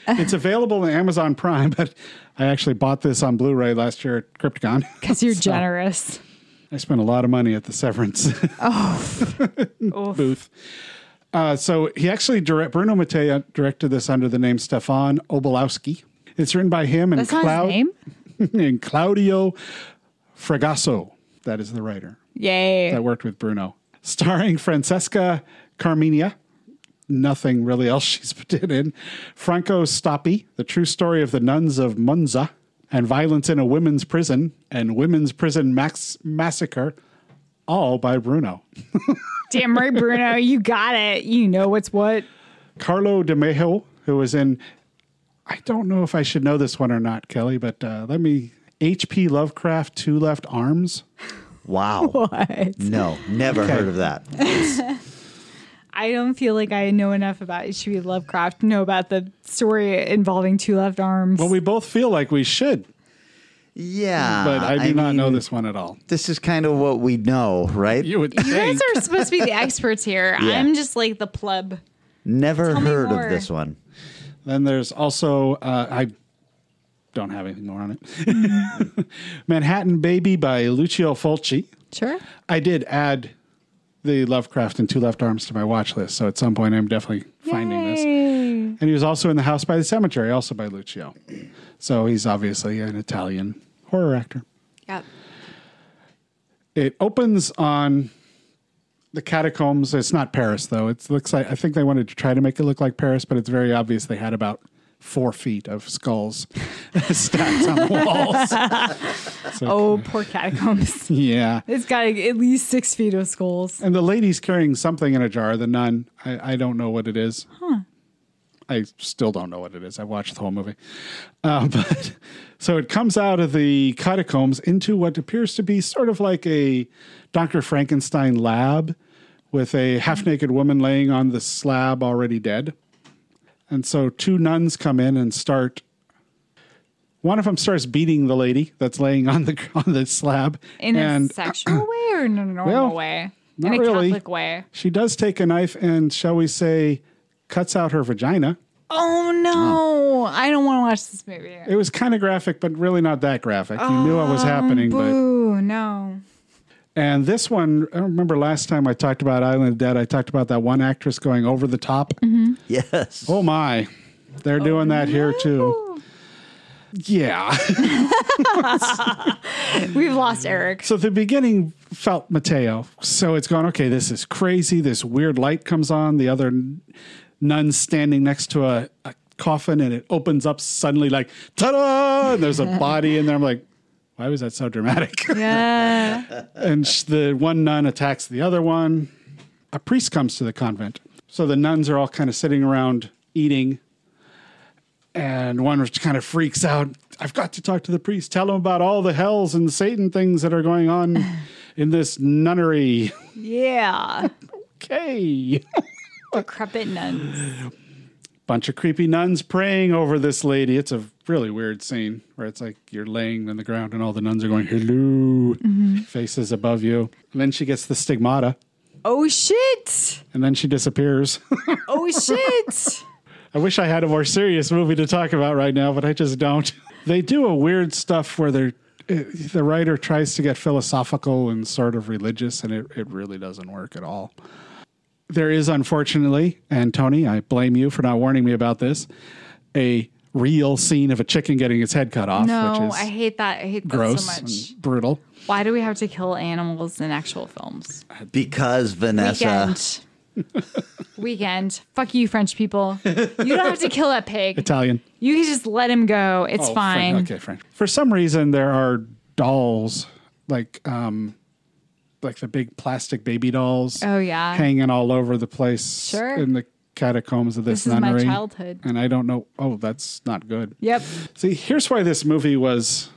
Speaker 8: It's available on Amazon Prime, but I actually bought this on Blu-ray last year at Crypticon.
Speaker 7: Because you're generous.
Speaker 8: I spent a lot of money at the Severance
Speaker 7: Oh.
Speaker 8: booth. Uh, so he actually direct Bruno Mattei directed this under the name Stefan Obolowski. It's written by him and
Speaker 7: That's not
Speaker 8: Clau-
Speaker 7: his name.
Speaker 8: and Claudio Fragasso. That is the writer
Speaker 7: Yay!
Speaker 8: that worked with Bruno, starring Francesca Carminia. Nothing really else she's been in. Franco Stoppi, the true story of the nuns of Monza, and violence in a women's prison and women's prison max massacre, all by Bruno.
Speaker 7: Damn right, Bruno, you got it. You know what's what.
Speaker 8: Carlo De Mejo, who was in, I don't know if I should know this one or not, Kelly, but uh, let me. H.P. Lovecraft, Two Left Arms.
Speaker 6: Wow.
Speaker 7: What?
Speaker 6: No, never heard of that.
Speaker 7: I don't feel like I know enough about H.P. Lovecraft to know about the story involving two left arms.
Speaker 8: Well, we both feel like we should,
Speaker 6: Yeah.
Speaker 8: but I do not know
Speaker 6: Uh, mean,
Speaker 8: this one at all.
Speaker 6: This is kind of what we know, right?
Speaker 8: You would
Speaker 7: you guys
Speaker 8: think.
Speaker 7: are supposed to be the experts here.
Speaker 6: Yeah.
Speaker 7: I'm just like the pleb.
Speaker 6: never
Speaker 7: me
Speaker 6: heard
Speaker 7: more.
Speaker 6: of this one.
Speaker 8: Then there's also uh, I don't have anything more on it. Manhattan Baby by Lucio Fulci.
Speaker 7: Sure.
Speaker 8: I did add the Lovecraft and Two Left Arms to my watch list, so at some point I'm definitely finding this. And he was also in The House by the Cemetery, also by Lucio. So he's obviously an Italian horror actor.
Speaker 1: Yep.
Speaker 8: It opens on the catacombs. It's not Paris though. It looks like I think they wanted to try to make it look like Paris, but it's very obvious they had about four feet of skulls stacked on the walls. So,
Speaker 7: Oh, poor catacombs.
Speaker 8: yeah.
Speaker 7: it's got at least six feet of skulls.
Speaker 8: And the lady's carrying something in a jar. The nun. I, I don't know what it is. I still don't know what it is. I watched the whole movie. Uh, but so it comes out of the catacombs into what appears to be sort of like a Dr. Frankenstein lab with
Speaker 7: Mm-hmm.
Speaker 8: a half naked woman laying on the slab already dead. And so two nuns come in and start. One of them starts beating the lady that's laying on the on the slab,
Speaker 7: In
Speaker 8: and
Speaker 7: a sexual way or in a normal
Speaker 8: Well,
Speaker 7: way?
Speaker 8: not
Speaker 7: in a
Speaker 8: really.
Speaker 7: Catholic way.
Speaker 8: She does take a knife and, shall we say, cuts out her vagina.
Speaker 7: Oh no! I don't want to watch this movie.
Speaker 8: It was kind of graphic, but really not that graphic. You knew what was happening, but
Speaker 7: Boo! No.
Speaker 8: and this one, I remember last time I talked about Island of Dead. I talked about that one actress going over the top.
Speaker 6: Yes.
Speaker 8: Oh my, they're doing that here
Speaker 7: Oh.
Speaker 8: too. Yeah.
Speaker 7: We've lost Eric.
Speaker 8: So the beginning felt Mateo. So it's gone, okay, this is crazy. This weird light comes on. The other nun standing next to a, a coffin and it opens up suddenly like, ta-da! And there's a body in there. I'm like, why was that so dramatic?
Speaker 7: Yeah.
Speaker 8: and sh- the one nun attacks the other one. A priest comes to the convent. So the nuns are all kind of sitting around eating. And one just kind of freaks out. I've got to talk to the priest. Tell him about all the hells and Satan things that are going on in this nunnery.
Speaker 7: Yeah.
Speaker 8: Okay.
Speaker 7: Decrepit nuns.
Speaker 8: Bunch of creepy nuns praying over this lady. It's a really weird scene where it's like you're laying on the ground and all the nuns are going, hello, faces above you. And then she gets the stigmata.
Speaker 7: Oh shit!
Speaker 8: and then she disappears.
Speaker 7: Oh shit!
Speaker 8: I wish I had a more serious movie to talk about right now, but I just don't. They do a weird stuff where they're. eh, The writer tries to get philosophical and sort of religious, and it, it really doesn't work at all. There is, unfortunately, and Tony, I blame you for not warning me about this, a real scene of a chicken getting its head cut off,
Speaker 7: No,
Speaker 8: which is
Speaker 7: I hate that. I hate
Speaker 8: gross
Speaker 7: that so much.
Speaker 8: and brutal.
Speaker 7: Why do we have to kill animals in actual films?
Speaker 6: Because Vanessa.
Speaker 8: uh,
Speaker 7: Weekend. Weekend. Fuck you, French people. You don't have to kill that pig.
Speaker 8: Italian.
Speaker 7: You can just let him go. It's
Speaker 8: Oh,
Speaker 7: fine.
Speaker 8: Fran- okay, Frank. For some reason, there are dolls like um, like the big plastic baby dolls.
Speaker 7: Oh, yeah.
Speaker 8: hanging all over the place.
Speaker 7: Sure.
Speaker 8: in the catacombs of this,
Speaker 7: This is my
Speaker 8: nunnery.
Speaker 7: childhood.
Speaker 8: and I don't know. Oh, that's not good.
Speaker 7: Yep.
Speaker 8: See, here's why this movie was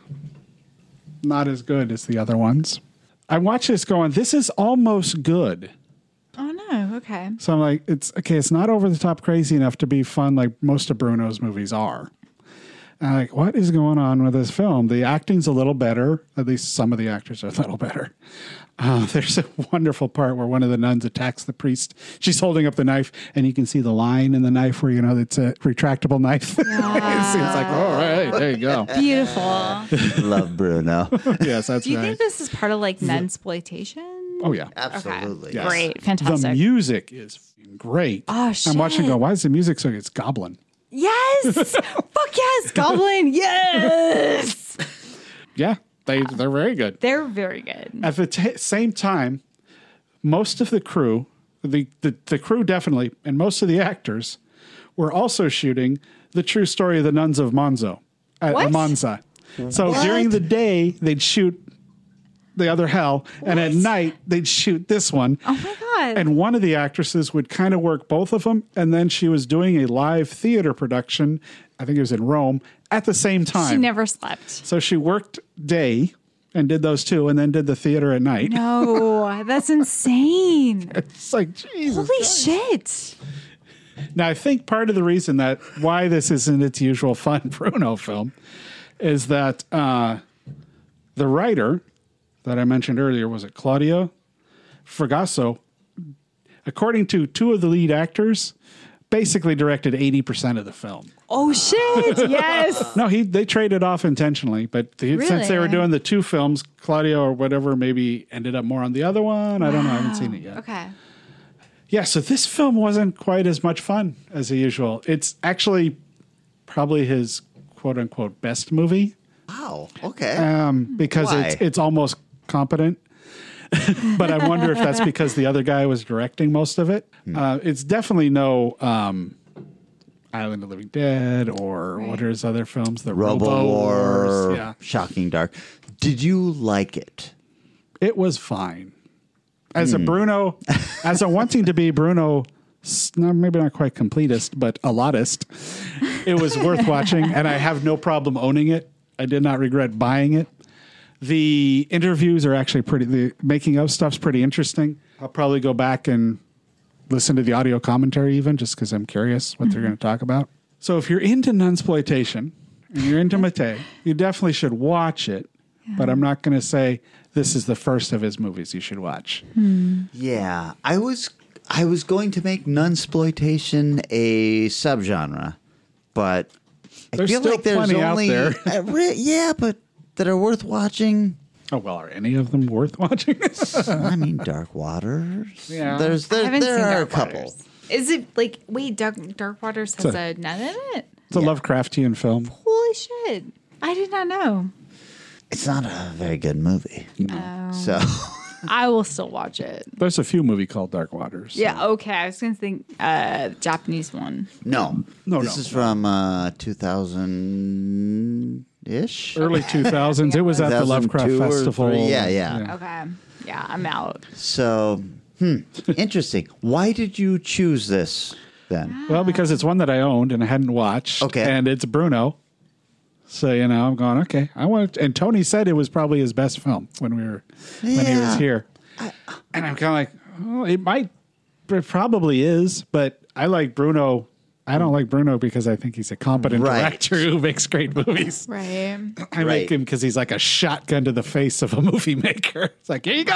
Speaker 8: not as good as the other ones. I watch this going. This is almost good.
Speaker 7: Oh no. Okay.
Speaker 8: So I'm like, it's okay, it's not over the top crazy enough to be fun like most of Bruno's movies are. And I'm like, what is going on with this film? The acting's a little better. At least some of the actors are a little better. Uh, there's a wonderful part where one of the nuns attacks the priest. She's holding up the knife, and you can see the line in the knife where you know it's a retractable knife. it seems like, all right, there you go.
Speaker 7: Beautiful.
Speaker 6: Love Bruno.
Speaker 8: yes, that's
Speaker 7: Do you
Speaker 8: right.
Speaker 7: think this is part of like men exploitation?
Speaker 8: Oh yeah,
Speaker 6: Absolutely.
Speaker 8: Yes.
Speaker 7: Great. Fantastic.
Speaker 8: The music is great.
Speaker 7: Oh,
Speaker 8: I'm watching.
Speaker 7: shit.
Speaker 8: it Go. Why is the music so? It's Goblin.
Speaker 7: Yes. Fuck yes, Goblin. Yes.
Speaker 8: Yeah, they they're very good.
Speaker 7: They're very good.
Speaker 8: At the t- same time, most of the crew, the, the the crew definitely, and most of the actors were also shooting the true story of the nuns of Monzo at
Speaker 7: What?
Speaker 8: Monza. So during the day, they'd shoot the other hell, and at night they'd shoot this one.
Speaker 7: Oh my god.
Speaker 8: and one of the actresses would kind of work both of them and then she was doing a live theater production i think it was in rome at the same time
Speaker 7: she never slept.
Speaker 8: so she worked day and did those two and then did the theater at night
Speaker 7: No,
Speaker 6: Oh,
Speaker 7: that's insane.
Speaker 8: it's like jesus
Speaker 7: Holy shit.
Speaker 8: now i think part of the reason that why this isn't its usual fun bruno film is that uh, the writer that i mentioned earlier was it claudio Fragasso, according to two of the lead actors basically directed 80% of the film
Speaker 7: Oh shit. Yes.
Speaker 8: No, he they traded off intentionally, but he- since they were
Speaker 7: Really?
Speaker 8: doing the two films, Claudio or whatever maybe ended up more on the other one. I don't know. I haven't seen it yet.
Speaker 7: Okay.
Speaker 8: Yeah, so this film wasn't quite as much fun as the usual. It's actually probably his quote unquote best movie
Speaker 6: Wow. Okay.
Speaker 8: um, because it's
Speaker 6: Why?
Speaker 8: it's almost competent. but I wonder if that's because the other guy was directing most of it.
Speaker 6: Hmm.
Speaker 8: Uh, it's definitely no um, Island of the Living Dead or what are his other films? The
Speaker 6: Robo, War.
Speaker 8: Yeah,
Speaker 6: Shocking Dark. Did you like it?
Speaker 8: it was fine. As a Bruno, as a wanting to be Bruno, s- no, maybe not quite completist, but a lotist, it was worth watching, and I have no problem owning it. I did not regret buying it. The interviews are actually pretty. The making of stuff's pretty interesting. I'll probably go back and listen to the audio commentary even just because I'm curious what they're going to
Speaker 7: Mm-hmm.
Speaker 8: talk about. So if you're into nunsploitation and you're into Mate, you definitely should watch it. But I'm not going to say this is the first of his movies you should watch.
Speaker 7: Mm.
Speaker 6: Yeah. I was I was going to make nunsploitation a subgenre, but I
Speaker 8: There's
Speaker 6: feel
Speaker 8: still
Speaker 6: like there's
Speaker 8: plenty out
Speaker 6: only
Speaker 8: there.
Speaker 6: I re- yeah, but that are worth watching.
Speaker 8: Oh well, are any of them worth watching?
Speaker 6: I mean, Dark Waters.
Speaker 8: Uh-huh. Yeah.
Speaker 6: There's
Speaker 7: I
Speaker 6: there,
Speaker 7: haven't
Speaker 6: there
Speaker 7: seen
Speaker 6: are
Speaker 7: Dark
Speaker 6: a couple.
Speaker 7: Waters. Is it like wait, Dark Dark Waters has a nun in it?
Speaker 8: it's a Lovecraftian film.
Speaker 7: Holy shit. I did not know.
Speaker 6: It's not a very good movie. So
Speaker 7: I will still watch it.
Speaker 8: There's a few movie called Dark Waters.
Speaker 7: Yeah, okay. I was gonna think uh Japanese one.
Speaker 6: no,
Speaker 8: No,
Speaker 6: This
Speaker 8: no.
Speaker 6: is from uh, 2000 ish.
Speaker 8: Early 2000s. It was at the
Speaker 6: 2002
Speaker 8: Lovecraft
Speaker 6: or
Speaker 8: Festival.
Speaker 6: three. Yeah, yeah.
Speaker 7: Okay. Yeah, I'm out.
Speaker 6: So hmm, interesting. Why did you choose this
Speaker 7: Ah,
Speaker 6: then?
Speaker 8: Well, because it's one that I owned and I hadn't watched.
Speaker 6: Okay.
Speaker 8: And it's Bruno. So, you know, I'm going, okay, I want to. And Tony said it was probably his best film when we were, when he was
Speaker 6: Yeah.
Speaker 8: here. and I'm kind of like, oh, it might, it probably is, but I like Bruno. I don't like Bruno because I think he's a competent
Speaker 6: Right.
Speaker 8: director who makes great movies.
Speaker 7: Right.
Speaker 8: I like
Speaker 6: Right.
Speaker 8: him because he's like a shotgun to the face of a movie maker. It's like, here you go.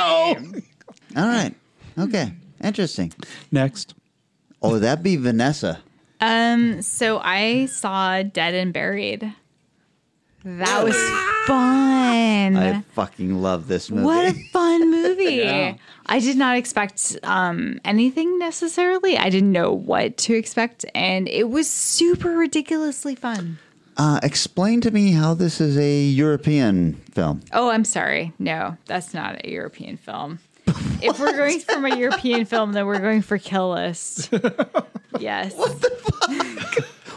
Speaker 6: All right. Okay. Interesting.
Speaker 8: Next.
Speaker 6: Oh, that'd be Vanessa.
Speaker 7: Um, so I saw Dead and Buried. That was fun.
Speaker 6: I fucking love this movie.
Speaker 7: What a fun movie.
Speaker 8: Yeah.
Speaker 7: I did not expect um, anything necessarily. I didn't know what to expect. And it was super ridiculously fun.
Speaker 6: Uh, explain to me how this is a European film.
Speaker 7: Oh, I'm sorry. No, that's not a European film. if we're going from a European film, then we're going for Kill List. yes.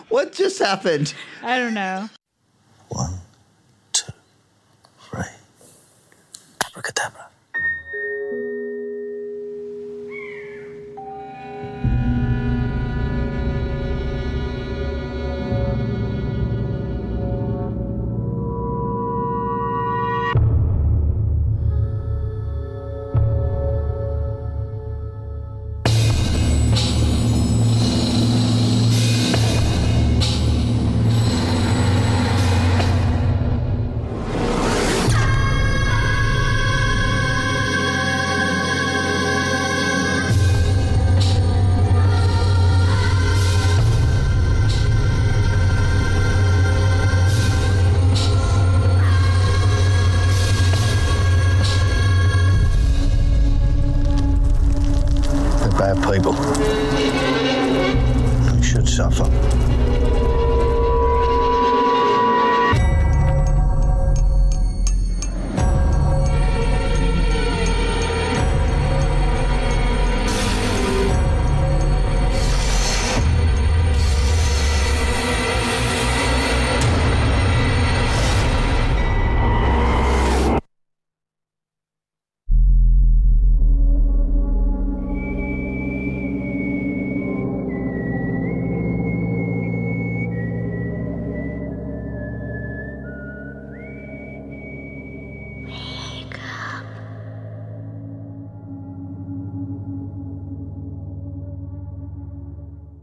Speaker 6: What just happened?
Speaker 7: I don't know.
Speaker 12: One, two, three. Abracadabra.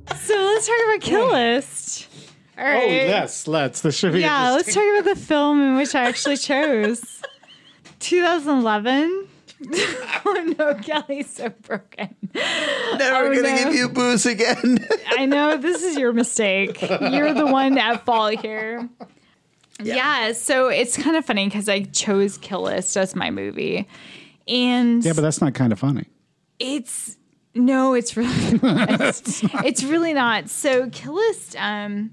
Speaker 7: let's talk about Kill List. All right.
Speaker 8: Oh, yes, let's. This should be
Speaker 7: yeah, let's
Speaker 8: interesting.
Speaker 7: talk about the film in which I actually chose. 2011. oh no, Kelly's so broken.
Speaker 6: Never
Speaker 7: Oh,
Speaker 6: gonna
Speaker 7: no.
Speaker 6: give you booze again.
Speaker 7: I know this is your mistake. You're the one at fault here. Yeah. so it's kind of funny because I chose Kill List as my movie, and
Speaker 8: Yeah, but that's not kind of funny.
Speaker 7: it's no, it's really not. it's, really not. So Kill List, um,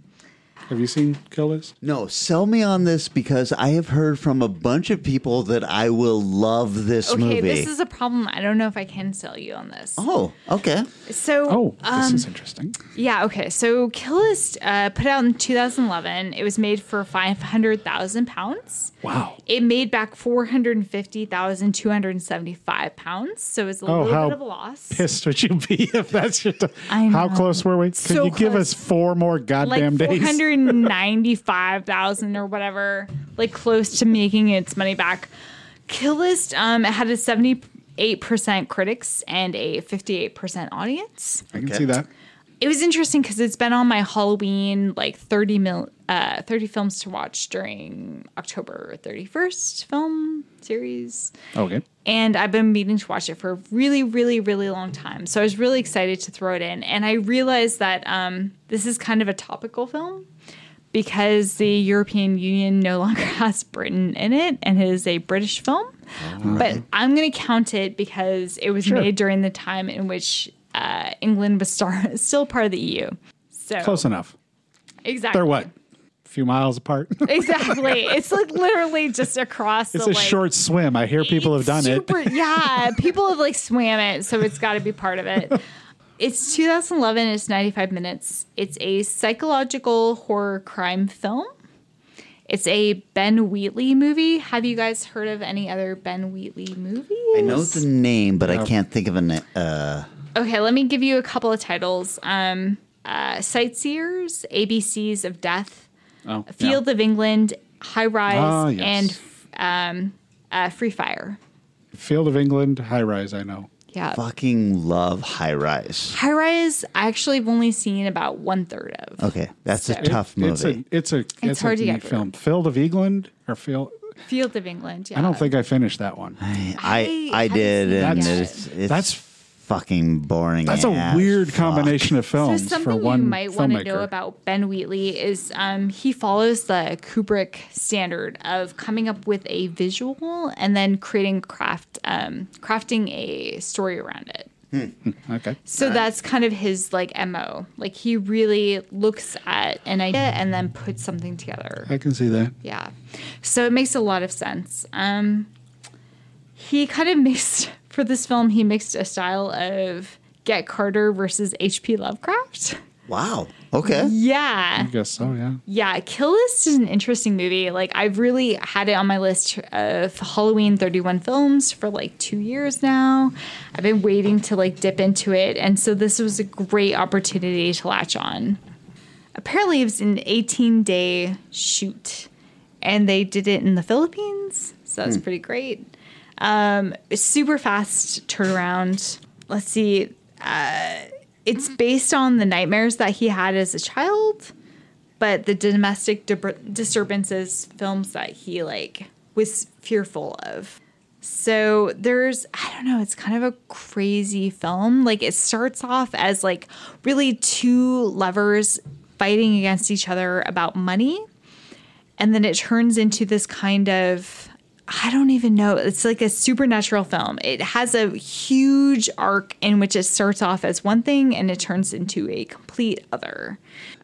Speaker 8: Have you seen Kill List?
Speaker 6: No, sell me on this because I have heard from a bunch of people that I will love this
Speaker 7: okay,
Speaker 6: movie.
Speaker 7: this is a problem. I don't know if I can sell you on this.
Speaker 6: oh, okay.
Speaker 7: So
Speaker 8: Oh, this
Speaker 7: um,
Speaker 8: is interesting.
Speaker 7: Yeah, okay. So Killist uh, put out in 2011. It was made for 500,000 pounds.
Speaker 8: Wow.
Speaker 7: It made back 450,275 pounds. So it's a
Speaker 8: Oh,
Speaker 7: little
Speaker 8: how
Speaker 7: bit of a loss.
Speaker 8: pissed would you be if that's your? T-
Speaker 7: I
Speaker 8: How
Speaker 7: know.
Speaker 8: close were we? Could
Speaker 7: So
Speaker 8: you give
Speaker 7: close.
Speaker 8: us four more goddamn
Speaker 7: Like
Speaker 8: days?
Speaker 7: 495,000 or whatever, like close to making its money back. Killist um, had a 78% critics and a 58% audience.
Speaker 8: I can see that.
Speaker 7: it was interesting because it's been on my Halloween like 30 mil, uh, 30 films to watch during October 31st film series.
Speaker 8: Okay.
Speaker 7: And I've been meaning to watch it for a really, really, really long time. So I was really excited to throw it in. And I realized that um, this is kind of a topical film because the European Union no longer has Britain in it and it is a British film. But I'm going to count it because it was
Speaker 8: Oh. Sure.
Speaker 7: made during the time in which uh, England was star- still part of the EU. So
Speaker 8: Close enough.
Speaker 7: Exactly.
Speaker 8: They're what? A few miles apart.
Speaker 7: Exactly. it's like literally just across
Speaker 8: it's
Speaker 7: the
Speaker 8: a
Speaker 7: like,
Speaker 8: short swim. I hear people have done
Speaker 7: super,
Speaker 8: it.
Speaker 7: yeah, people have like swam it, so it's got to be part of it. It's 2011. It's 95 minutes. It's a psychological horror crime film. It's a Ben Wheatley movie. Have you guys heard of any other Ben Wheatley movies?
Speaker 6: I know the name, but I can't think of a na- uh,
Speaker 7: Okay, let me give you a couple of titles. Um, uh, Sightseers, ABCs of Death,
Speaker 8: Oh,
Speaker 7: Field of England, High Rise,
Speaker 8: Ah, yes.
Speaker 7: and um, uh, Free Fire.
Speaker 8: yeah. Field of England, high rise. I know.
Speaker 7: Yeah.
Speaker 6: fucking love high rise.
Speaker 7: High Rise, I actually have only seen about one third of.
Speaker 6: Okay, that's a
Speaker 7: So-
Speaker 6: tough movie.
Speaker 8: It's a it's a it's,
Speaker 7: hard
Speaker 8: a
Speaker 7: to get
Speaker 8: neat
Speaker 7: through.
Speaker 8: film. Field of England or Field.
Speaker 7: Field of England. Yeah.
Speaker 8: I don't think I finished that one.
Speaker 6: I
Speaker 7: I
Speaker 6: I
Speaker 7: haven't
Speaker 6: did,
Speaker 7: seen
Speaker 6: and
Speaker 7: it yet.
Speaker 6: it's, it's
Speaker 8: That's-
Speaker 6: that's fucking boring.
Speaker 8: That's a
Speaker 6: as
Speaker 8: weird
Speaker 6: fuck.
Speaker 8: combination of
Speaker 7: So
Speaker 8: films
Speaker 7: something
Speaker 8: for one
Speaker 7: you might
Speaker 8: filmmaker.
Speaker 7: want to know about Ben Wheatley is um, he follows the Kubrick standard of coming up with a visual and then creating craft, um, crafting a story around it.
Speaker 8: okay.
Speaker 7: So that's kind of his like mo. Like he really looks at an idea and then puts something together.
Speaker 8: I can see that.
Speaker 7: Yeah. So it makes a lot of sense. Um, he kind of mixed, for this film, he mixed a style of Get Carter versus H.P. Lovecraft.
Speaker 6: Wow. Okay.
Speaker 7: Yeah.
Speaker 8: I guess so. Yeah.
Speaker 7: Yeah. Kill List is an interesting movie. Like, I've really had it on my list of Halloween 31 films for like two years now. I've been waiting to like dip into it. And so this was a great opportunity to latch on. Apparently, it was an 18 day shoot and they did it in the Philippines. So that's pretty great. Um, super fast turnaround. Let's see. Uh, it's based on the nightmares that he had as a child, but the domestic dib- disturbances films that he like was fearful of. So there's, I don't know, it's kind of a crazy film. Like it starts off as like really two lovers fighting against each other about money and then it turns into this kind of I don't even know. It's like a supernatural film. It has a huge arc in which it starts off as one thing and it turns into a complete other.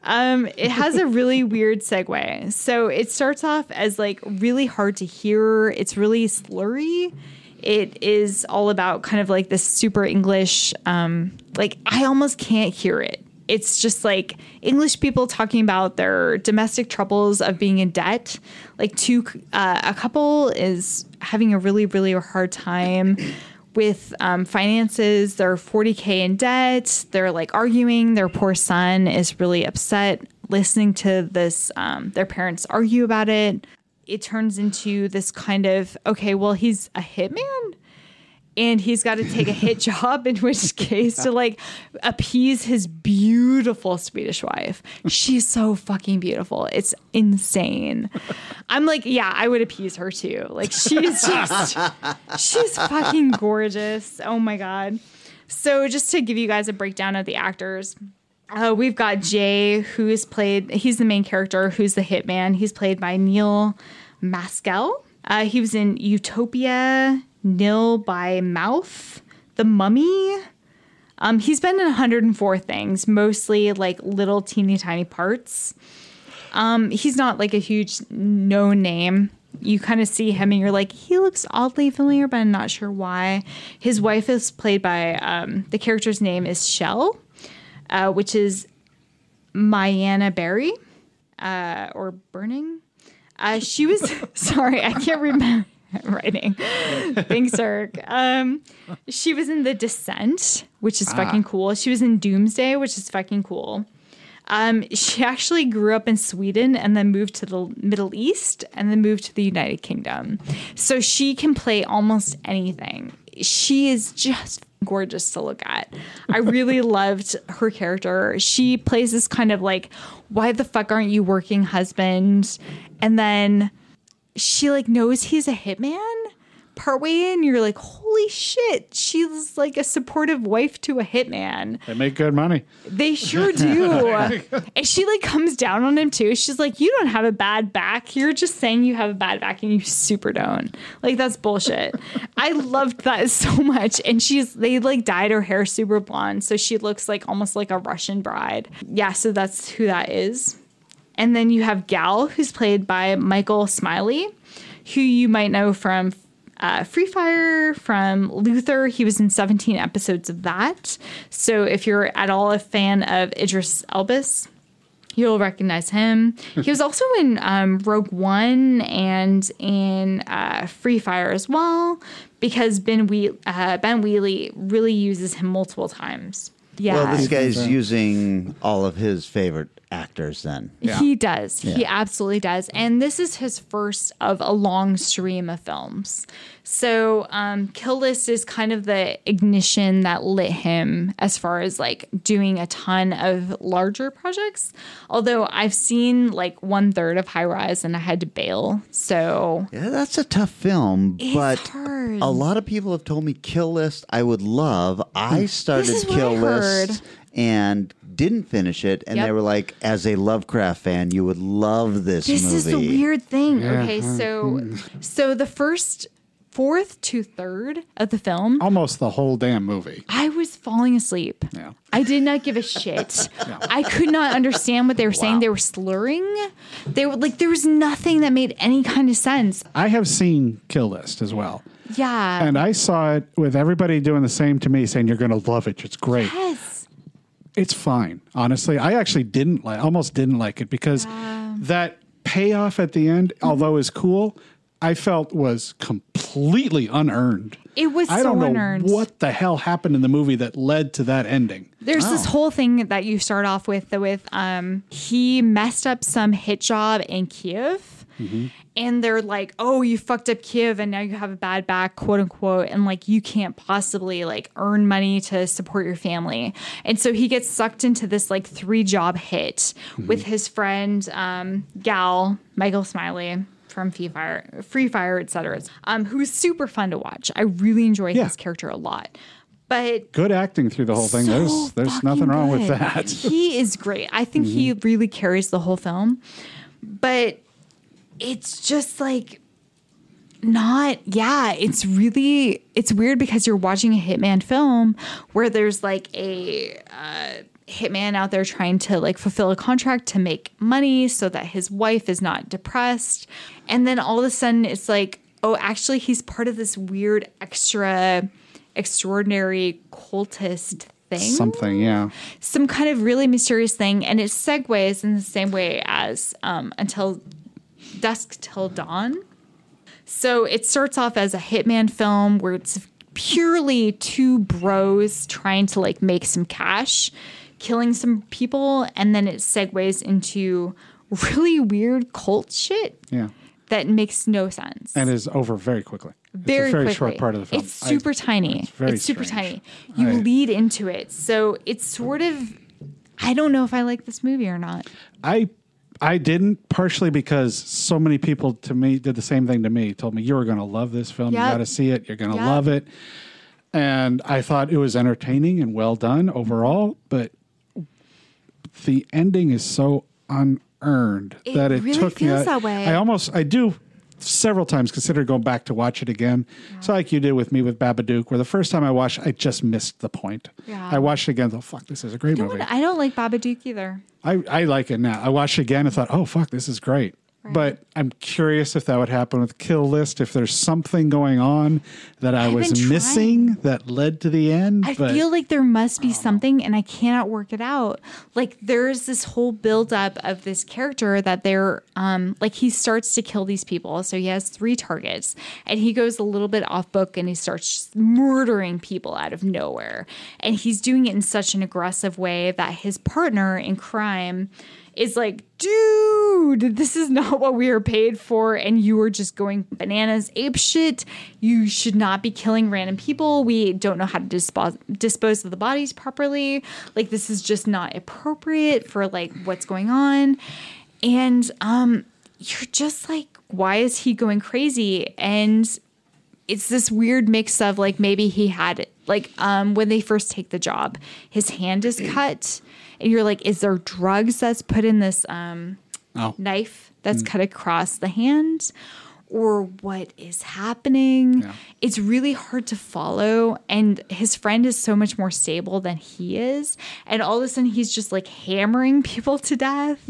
Speaker 7: Um, it has a really weird segue. So it starts off as like really hard to hear. It's really slurry. It is all about kind of like this super English. Um, like I almost can't hear it it's just like English people talking about their domestic troubles of being in debt. Like two, uh, a couple is having a really, really hard time with um, finances. They're 40k in debt. They're like arguing. Their poor son is really upset listening to this. Um, their parents argue about it. It turns into this kind of okay. Well, he's a hitman and he's got to take a hit job, in which case to like appease his beautiful Swedish wife. She's so fucking beautiful. It's insane. I'm like, yeah, I would appease her too. Like she's just she's fucking gorgeous. Oh my god. So just to give you guys a breakdown of the actors. Uh, we've got Jay, who's played, he's the main character, who's the hitman. He's played by Neil Maskell. Uh, he was in Utopia, Nil by Mouth, The Mummy. Um, he's been in 104 things, mostly like little teeny tiny parts. Um, he's not like a huge no name. You kind of see him and you're like, he looks oddly familiar, but I'm not sure why. His wife is played by um, the character's name is Shell, uh, which is Mayanna Berry uh, or Burning. Uh, she was sorry, I can't remember writing. Thanks, Eric. Um, she was in The Descent, which is
Speaker 13: Ah.
Speaker 7: fucking cool. She was in Doomsday, which is fucking cool. Um, she actually grew up in Sweden and then moved to the Middle East and then moved to the United Kingdom. So she can play almost anything. She is just gorgeous to look at. I really loved her character. She plays this kind of like, why the fuck aren't you working husband? And then she like knows he's a hitman partway in you're like holy shit she's like a supportive wife to a hitman
Speaker 8: They make good money.
Speaker 7: they sure do. and she like comes down on him too. She's like, You don't have a bad back. You're just saying you have a bad back and you super don't. Like that's bullshit. I loved that so much. And she's they like dyed her hair super blonde. So she looks like almost like a Russian bride. Yeah, so that's who that is. And then you have Gal, who's played by Michael Smiley, who you might know from uh, Free Fire, from Luther. He was in 17 episodes of that. So if you're at all a fan of Idris Elbus, you'll recognize him. He was also in um, Rogue One and in uh, Free Fire as well, because Ben, we- uh, ben Wheatley really uses him multiple times. Yeah.
Speaker 6: Well, this guy's using all of his favorite actors then.
Speaker 7: He does. He
Speaker 6: Yeah.
Speaker 7: absolutely does. And this is his first of a long stream of films. So, um, Kill List is kind of the ignition that lit him as far as like doing a ton of larger projects. Although I've seen like one third of High Rise and I had to bail. So,
Speaker 6: Yeah, that's a tough film,
Speaker 7: It's
Speaker 6: but
Speaker 7: hard.
Speaker 6: a lot of people have told me Kill List I would love.
Speaker 8: Hmm.
Speaker 6: I started
Speaker 7: is what I
Speaker 6: Kill
Speaker 7: heard.
Speaker 6: List and didn't finish it, and they
Speaker 7: Yep.
Speaker 6: were like, as a Lovecraft fan, you would love this,
Speaker 7: This
Speaker 6: movie.
Speaker 7: is the weird thing.
Speaker 6: Yeah.
Speaker 7: Okay, so so the first fourth to third of the film,
Speaker 8: Almost the whole damn movie.
Speaker 7: I was falling asleep.
Speaker 8: Yeah.
Speaker 7: I did not give a shit. I could not understand what they were saying. They were slurring. They were like there was nothing that made any kind of sense.
Speaker 8: I have seen Kill List as well.
Speaker 7: Yeah.
Speaker 8: And I saw it with everybody doing the same to me, saying, You're going to love it. It's great.
Speaker 7: yes.
Speaker 8: It's fine. Honestly, I actually didn't like, almost didn't like it because that payoff at the end, although is cool, I felt was completely unearned.
Speaker 7: It was
Speaker 8: I
Speaker 7: so
Speaker 8: don't know
Speaker 7: unearned.
Speaker 8: what the hell happened in the movie that led to that ending.
Speaker 7: There's this whole thing that you start off with with um he messed up some hit job in Kiev. and they're like, "Oh, you fucked up Kiev, and now you have a bad back, quote unquote, and like you can't possibly like earn money to support your family." And so he gets sucked into this like three job hit with his friend um, Gal Michael Smiley from Free Fire, Free Fire, etc. Um, who's super fun to watch. I really enjoyed his character a lot, but
Speaker 8: Good acting through the whole thing.
Speaker 7: So
Speaker 8: There's there's nothing wrong with
Speaker 7: good.
Speaker 8: that. Mm-hmm.
Speaker 7: he is great. I think he really carries the whole film, but it's just like not yeah it's really it's weird because you're watching a hitman film where there's like a uh, hitman out there trying to like fulfill a contract to make money so that his wife is not depressed and then all of a sudden it's like oh actually he's part of this weird extra extraordinary cultist thing
Speaker 8: Something, yeah.
Speaker 7: some kind of really mysterious thing, and it segues in the same way as um, Until Dusk Till Dawn. So it starts off as a hitman film where it's purely two bros trying to like make some cash, killing some people, and then it segues into really weird cult shit
Speaker 8: Yeah.
Speaker 7: that makes no sense.
Speaker 8: and is over very quickly.
Speaker 7: Very,
Speaker 8: it's a very
Speaker 7: quickly.
Speaker 8: short part of the film.
Speaker 7: It's
Speaker 8: I-
Speaker 7: super tiny. It's,
Speaker 8: very
Speaker 7: super
Speaker 8: strange.
Speaker 7: tiny. You
Speaker 8: I-
Speaker 7: lead into it, so it's sort of. I don't know if I like this movie or not.
Speaker 8: I I didn't partially because so many people to me did the same thing to me. Told me you were going to love this film.
Speaker 7: Yep.
Speaker 8: You got to see it. You're going to
Speaker 7: Yep.
Speaker 8: love it. And I thought it was entertaining and well done overall, but the ending is so unearned
Speaker 7: It
Speaker 8: that it
Speaker 7: really
Speaker 8: took me.
Speaker 7: feels
Speaker 8: out-
Speaker 7: that way.
Speaker 8: I almost I do several times consider going back to watch it again. So like you did with me with Babadook, where the first time I watched, I just missed the point.
Speaker 7: Yeah.
Speaker 8: I watched it again. Thought, fuck, this is a great movie.
Speaker 7: I don't like Babadook either.
Speaker 8: I, I like it now. I watched it again and thought, oh, fuck, this is great. But I'm curious if that would happen with Kill List, if there's something going on that I
Speaker 7: I've been
Speaker 8: was
Speaker 7: trying.
Speaker 8: missing that led to the end.
Speaker 7: I
Speaker 8: Mm, but
Speaker 7: feel like there must be something, and I cannot work it out. Like there's this whole buildup of this character that they're um, like he starts to kill these people, so he has three targets, and he goes a little bit off book and he starts just murdering people out of nowhere, and he's doing it in such an aggressive way that his partner in crime is like, dude, this is not what we are paid for, and you are just going bananas, ape shit. You should not be killing random people. We don't know how to dispose dispose of the bodies properly. Like this is just not appropriate for like what's going on, and um, you're just like, why is he going crazy? And it's this weird mix of like maybe he had like um when they first take the job his hand
Speaker 8: Mm.
Speaker 7: is cut and you're like is there drugs that's put in this um
Speaker 8: Oh.
Speaker 7: knife that's
Speaker 8: Mm.
Speaker 7: cut across the hand or what is happening it's really hard to follow and his friend is so much more stable than he is and all of a sudden he's just like hammering people to death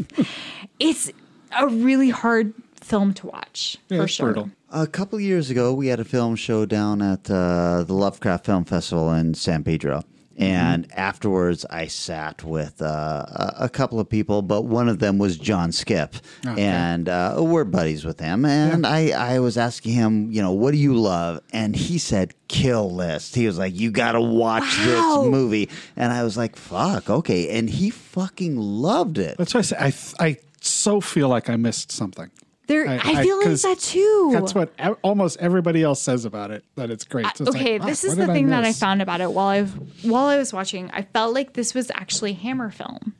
Speaker 7: it's a really hard film to watch for sure
Speaker 6: A couple years ago, we had a film show down at uh, the Lovecraft Film Festival in San Pedro. And afterwards, I sat with uh, a- a couple of people, but one of them was John Skip.
Speaker 5: Okay.
Speaker 6: And uh, we're buddies with him. And I, I was asking him, you know, what do you love? And he said, Kill List. He was like, you got to watch
Speaker 7: Wow.
Speaker 6: this movie. And I was like, fuck, okay. And he fucking loved it.
Speaker 8: that's why I say I, th- I so feel like I missed something.
Speaker 7: There, I, feel like
Speaker 8: 'cause
Speaker 7: that too. Uh,
Speaker 8: That's what e- almost everybody else says about it that it's great. So it's like,
Speaker 7: okay,
Speaker 8: fuck,
Speaker 7: this is
Speaker 8: what
Speaker 7: the
Speaker 8: did
Speaker 7: thing that I
Speaker 8: miss?
Speaker 7: found about it while I while I was watching. I felt like this was actually Hammer film.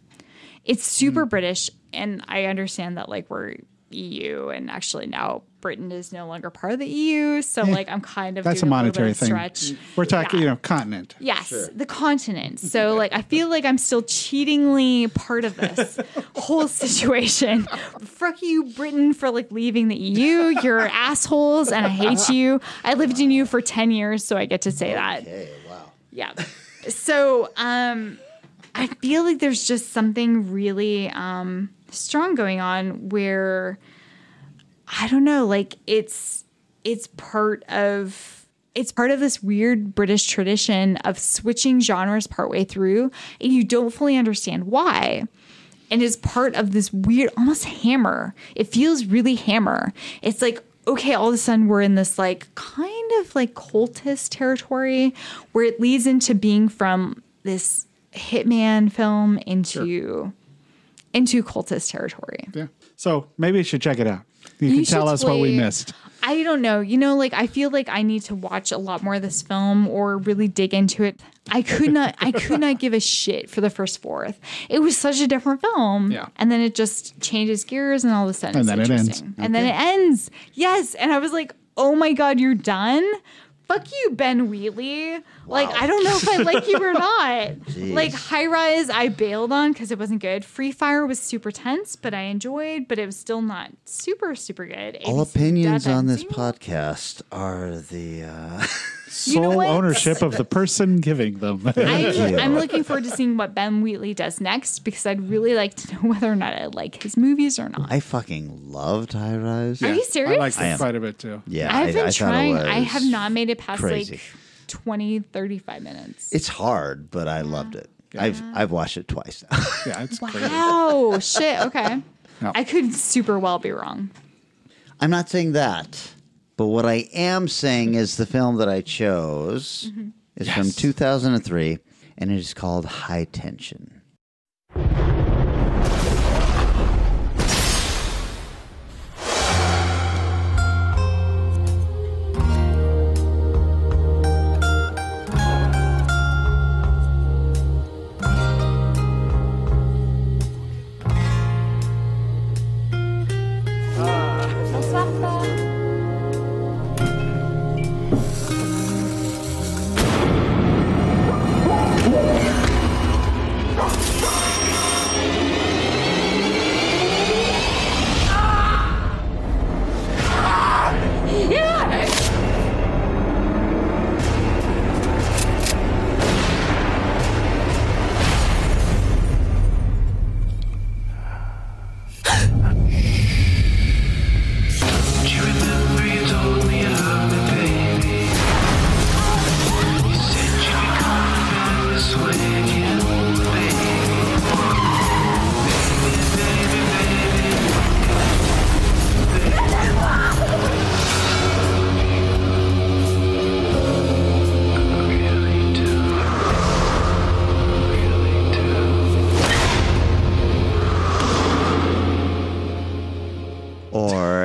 Speaker 7: It's
Speaker 8: Mm.
Speaker 7: super British, and I understand that like we're EU, and actually now Britain is no longer part of the EU. So like I'm kind of
Speaker 8: That's a
Speaker 7: doing little bit
Speaker 8: monetary
Speaker 7: of
Speaker 8: thing.
Speaker 7: Stretch.
Speaker 8: We're talking, you know, continent.
Speaker 7: Yes, the continent. So like I feel like I'm still cheatingly part of this whole situation. Fuck you, Britain, for like leaving the EU. You're assholes and I hate you. I lived in you for 10 years, so I get to say that.
Speaker 6: wow.
Speaker 7: Yeah. So um I feel like there's just something really um strong going on where I don't know, like it's it's part of it's part of this weird British tradition of switching genres partway through and you don't fully understand why. And it's part of this weird almost hammer. It feels really hammer. It's like okay, all of a sudden we're in this like kind of like cultist territory where it leads into being from this hitman film into into cultist territory.
Speaker 8: Yeah. So maybe you should check it out. You,
Speaker 7: You
Speaker 8: can tell
Speaker 7: should
Speaker 8: us what we
Speaker 7: play-
Speaker 8: missed.
Speaker 7: I don't know. You know, like I feel like I need to watch a lot more of this film or really dig into it. I could not I could not give a shit for the first fourth. It was such a different film. Yeah. And then it just changes gears and all of a sudden it's
Speaker 8: And then it ends.
Speaker 7: interesting. And then it ends. Yes. And I was like, oh my God, you're done? Fuck you, Ben Wheatley. Like, I don't know if I like you or not.
Speaker 13: Jeez.
Speaker 7: Like, High Rise, I bailed on because it wasn't good. Free Fire was super tense, but I enjoyed, but it was still not super, super good.
Speaker 6: All
Speaker 7: ABC
Speaker 6: opinions
Speaker 7: Dead
Speaker 6: on
Speaker 7: End.
Speaker 6: this podcast are the. Uh,
Speaker 8: Sole ownership of the person giving them.
Speaker 7: I'm, I'm looking forward to seeing what Ben Wheatley does next because I'd really like to know whether or not I like his movies or not.
Speaker 6: I fucking loved High Rise.
Speaker 7: Are you serious?
Speaker 6: I like
Speaker 7: I am.
Speaker 6: that quite
Speaker 8: a bit too.
Speaker 6: Yeah, I-
Speaker 7: I've been
Speaker 6: I thought it
Speaker 7: trying.
Speaker 6: was
Speaker 7: I have not made it past
Speaker 6: crazy.
Speaker 7: like 20, 35 minutes.
Speaker 6: It's hard, but I loved it. I've I've watched it twice.
Speaker 8: yeah, it's
Speaker 7: Wow, Oh, shit. Okay.
Speaker 6: No.
Speaker 7: I could super well be wrong.
Speaker 6: I'm not saying that, but what I am saying is the film that I chose
Speaker 7: Mm-hmm.
Speaker 6: is from 2003, and it is called High Tension.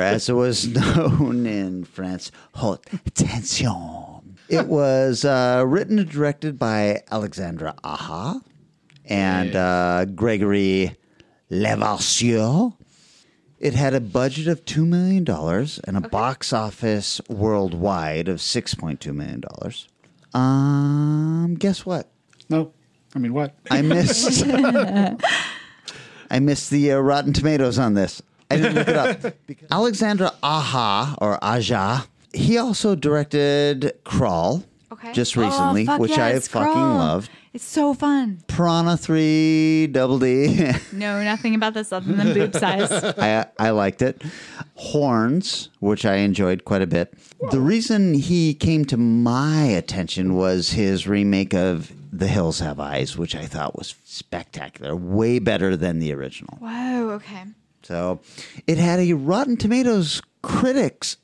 Speaker 6: as it was known in France, haute tension. It was uh, written and directed by Alexandra Aha and uh, Gregory Levasseur. It had a budget of $2 million and a box office worldwide of $6.2 million. Um, guess what?
Speaker 8: No. I mean, what?
Speaker 6: I missed. I missed the uh, Rotten Tomatoes on this. I didn't look it up. Alexandra Aha or Aja. He also directed Crawl.
Speaker 7: Okay.
Speaker 6: Just
Speaker 7: Oh,
Speaker 6: recently,
Speaker 7: fuck
Speaker 6: which I
Speaker 7: yes,
Speaker 6: fucking
Speaker 7: Crawl.
Speaker 6: loved.
Speaker 7: It's so fun.
Speaker 6: Prana 3 Double D.
Speaker 7: No, nothing about this other than boob size.
Speaker 6: I, I liked it. Horns, which I enjoyed quite a bit. The reason he came to my attention was his remake of The Hills Have Eyes, which I thought was spectacular, way better than the original.
Speaker 7: Whoa. Okay.
Speaker 6: So it had a Rotten Tomatoes critics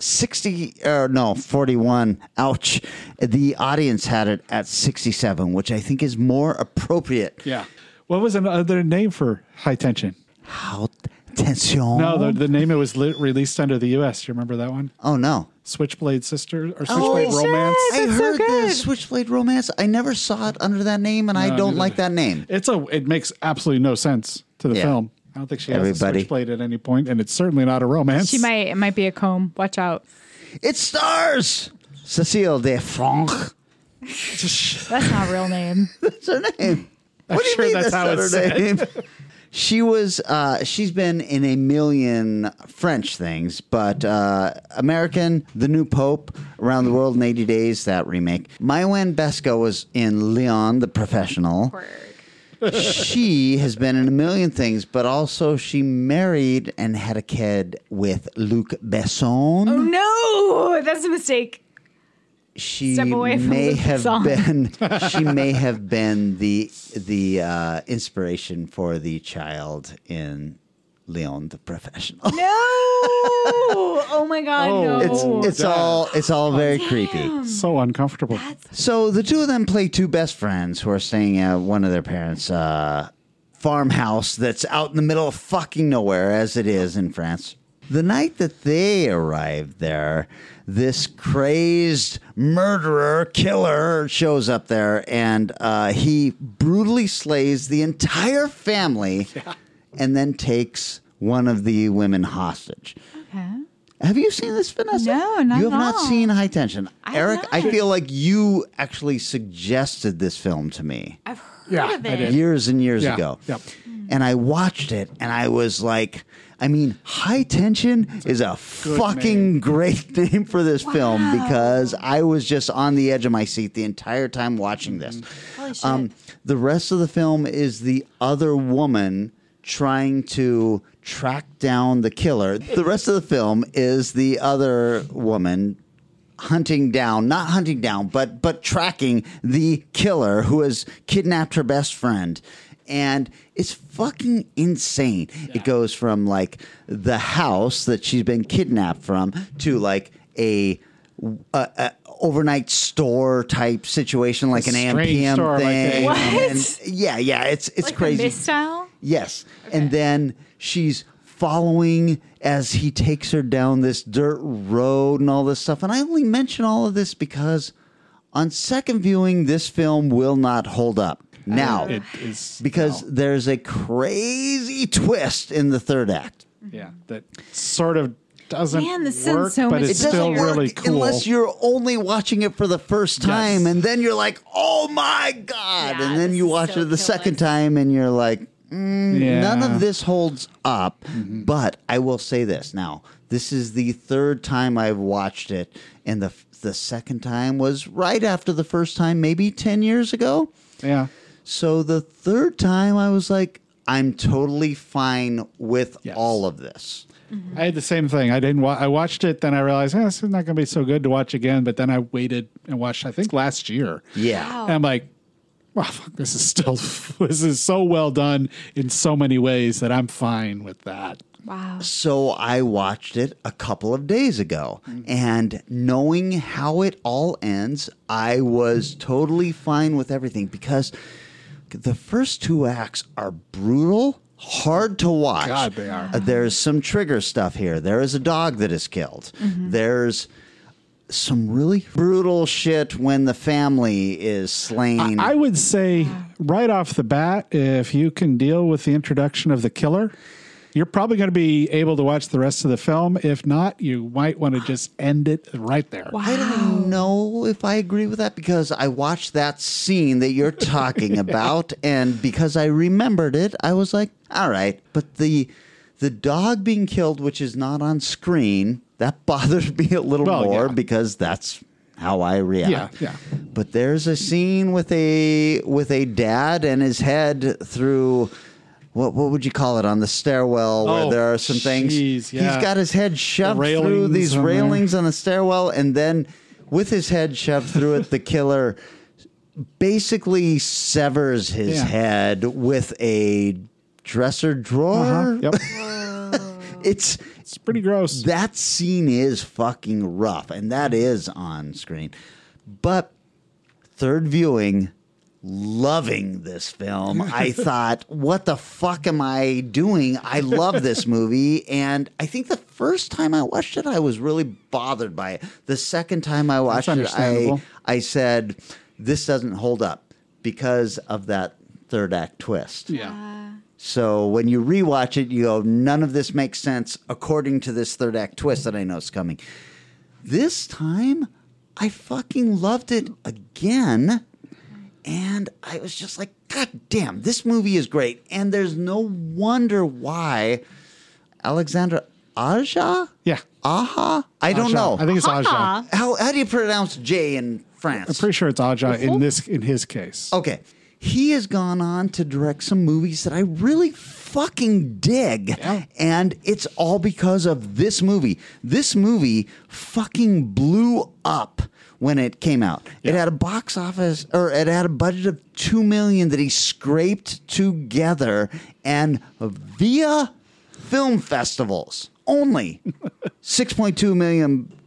Speaker 6: 60 or no 41 ouch the audience had it at 67 which i think is more appropriate
Speaker 8: Yeah. What was another name for high tension?
Speaker 6: how tension
Speaker 8: No, the, the name it was li- released under the U.S. Do you remember that one?
Speaker 6: oh no
Speaker 8: Switchblade Sister or
Speaker 6: Oh,
Speaker 8: Switchblade
Speaker 6: shit,
Speaker 8: Romance?
Speaker 6: I heard the Switchblade Romance. I never saw it under that name, and I
Speaker 8: No,
Speaker 6: don't
Speaker 8: neither.
Speaker 6: like that name.
Speaker 8: It's a. It makes absolutely no sense to the
Speaker 6: Yeah.
Speaker 8: film. I don't think she has
Speaker 6: Everybody.
Speaker 8: a switchblade at any point, and it's certainly not a romance.
Speaker 7: She might. It might be a comb. Watch out.
Speaker 6: It stars Cecile de Franck.
Speaker 7: That's not a real name.
Speaker 6: That's her name. What do you
Speaker 8: sure
Speaker 6: mean
Speaker 8: that's
Speaker 6: that's,
Speaker 8: how
Speaker 6: not
Speaker 8: it's
Speaker 6: her
Speaker 8: said.
Speaker 6: name? She was. Uh, she's been in a million French things, but uh, American, The New Pope, Around the World in 80 Days, that remake. Maiwen Besko was in Leon, the Professional. she has been in a million things, but also she married and had a kid with Luc Besson.
Speaker 7: Oh no, that's a mistake.
Speaker 6: she
Speaker 7: Step away from
Speaker 6: may
Speaker 7: the
Speaker 6: have
Speaker 7: song.
Speaker 6: been she may have been the the uh, inspiration for the child in Leon the Professional.
Speaker 7: No. oh my god. no.
Speaker 6: It's it's all it's all very
Speaker 7: Oh,
Speaker 6: creepy.
Speaker 8: so uncomfortable.
Speaker 6: So the two of them play two best friends who are staying at one of their parents' uh, farmhouse that's out in the middle of fucking nowhere, as it is in France. The night that they arrive there, this crazed murderer killer shows up there, and uh, he brutally slays the entire family, and then takes one of the women hostage.
Speaker 7: Okay.
Speaker 6: Have you seen this, Vanessa?
Speaker 7: No, not
Speaker 6: You have
Speaker 7: at
Speaker 6: not
Speaker 7: all.
Speaker 6: seen High Tension.
Speaker 7: I have
Speaker 6: Eric, I
Speaker 7: not.
Speaker 6: feel like you actually suggested this film to me
Speaker 7: I've heard
Speaker 8: Yeah,
Speaker 7: of
Speaker 8: I
Speaker 7: it.
Speaker 8: did.
Speaker 6: years and years
Speaker 8: Yeah,
Speaker 6: ago.
Speaker 8: yep.
Speaker 6: And I watched it and I was like, I mean, High Tension is a fucking great name for this film because I was just on the edge of my seat the entire time watching this.
Speaker 7: Mm-hmm. Holy shit.
Speaker 6: Um, the rest of the film is the other woman trying to track down the killer. The rest of the film is the other woman hunting down, not hunting down, but but tracking the killer who has kidnapped her best friend. And it's fucking insane. It goes from like the house that she's been kidnapped from to like a, a, a overnight store type situation, like an
Speaker 8: strange
Speaker 6: AMPM
Speaker 8: store, like
Speaker 6: thing.
Speaker 8: a- What?
Speaker 6: And yeah, yeah, it's it's
Speaker 7: like
Speaker 6: crazy.
Speaker 7: The mist style.
Speaker 6: Yes. And then she's following as he takes her down this dirt road and all this stuff. And I only mention all of this because on second viewing, this film will not hold up. Now,
Speaker 8: It is
Speaker 6: because there's a crazy twist in the third act.
Speaker 8: yeah that sort of doesn't
Speaker 7: Man, this sounds
Speaker 8: work,
Speaker 7: so
Speaker 8: but
Speaker 7: much
Speaker 8: it's
Speaker 7: It doesn't
Speaker 8: still
Speaker 7: work
Speaker 8: really cool.
Speaker 6: unless you're only watching it for the first time,
Speaker 8: Yes.
Speaker 6: and then you're like, "Oh my god!"
Speaker 7: Yeah,
Speaker 6: and then
Speaker 7: this
Speaker 6: you
Speaker 7: is
Speaker 6: watch
Speaker 7: so
Speaker 6: it the second
Speaker 7: killer.
Speaker 6: time, and you're like,
Speaker 8: yeah. Mm-hmm.
Speaker 6: None of this holds up, but I will say this. Now, this is the third time I've watched it, and the the second time was right after the first time, maybe 10 years ago.
Speaker 8: Yeah,
Speaker 6: So the third time I was like, I'm totally fine with
Speaker 8: Yes.
Speaker 6: all of this.
Speaker 8: I had the same thing. I didn't. Wa- I watched it, then I realized eh, this is not going to be so good to watch again. But then I waited and watched. I think last year.
Speaker 6: Yeah.
Speaker 8: And I'm like, wow, fuck, this is still this is so well done in so many ways that I'm fine with that.
Speaker 7: Wow.
Speaker 6: So I watched it a couple of days ago, and knowing how it all ends, I was totally fine with everything because the first two acts are brutal hard to watch.
Speaker 8: God, they are.
Speaker 6: Uh, there's some trigger stuff here. There is a dog that is killed.
Speaker 8: Mhm.
Speaker 6: There's some really brutal shit when the family is slain.
Speaker 8: I would say right off the bat, if you can deal with the introduction of the killer, you're probably going to be able to watch the rest of the film. If not, you might want to just end it right there.
Speaker 6: I don't know if I agree with that because I watched that scene that you're talking about, and because I remembered it, I was like, "All right." But the the dog being killed, which is not on screen, that bothers me a little
Speaker 8: Well,
Speaker 6: more
Speaker 8: yeah.
Speaker 6: because that's how I react.
Speaker 8: Yeah, yeah.
Speaker 6: But there's a scene with a with a dad and his head through. What, what would you call it on the stairwell where
Speaker 8: Oh,
Speaker 6: there are some things?
Speaker 8: jeez, yeah.
Speaker 6: He's got his head shoved through
Speaker 8: railings
Speaker 6: these
Speaker 8: on there.
Speaker 6: railings on the stairwell, and then with his head shoved through it, the killer basically severs his
Speaker 8: Yeah.
Speaker 6: head with a dresser drawer.
Speaker 8: Yep. Uh-huh.
Speaker 6: it's it's
Speaker 8: pretty gross.
Speaker 6: That scene is fucking rough, and that is on screen. But third viewing, loving this film. I thought, what the fuck am I doing? I love this movie. And I think the first time I watched it, I was really bothered by it. The second time I watched it, I,
Speaker 8: understandable.
Speaker 6: I said, this doesn't hold up because of that third act twist.
Speaker 8: Yeah.
Speaker 6: So when you rewatch it, you go, none of this makes sense according to this third act twist that I know is coming. This time, I fucking loved it again. And I was just like, God damn, this movie is great. And there's no wonder why Alexandra Aja?
Speaker 8: Yeah.
Speaker 6: Aha? I don't
Speaker 8: Aja.
Speaker 6: know.
Speaker 8: I think it's Aja. Aha.
Speaker 6: How, how do you pronounce J in France?
Speaker 8: I'm pretty sure it's Aja in this in his case.
Speaker 6: Okay. He has gone on to direct some movies that I really fucking dig. And it's all because of this movie. This movie fucking blew up when it came out. It had a box office or it had a budget of 2 million that he scraped together and via film festivals only 6.2 million
Speaker 8: It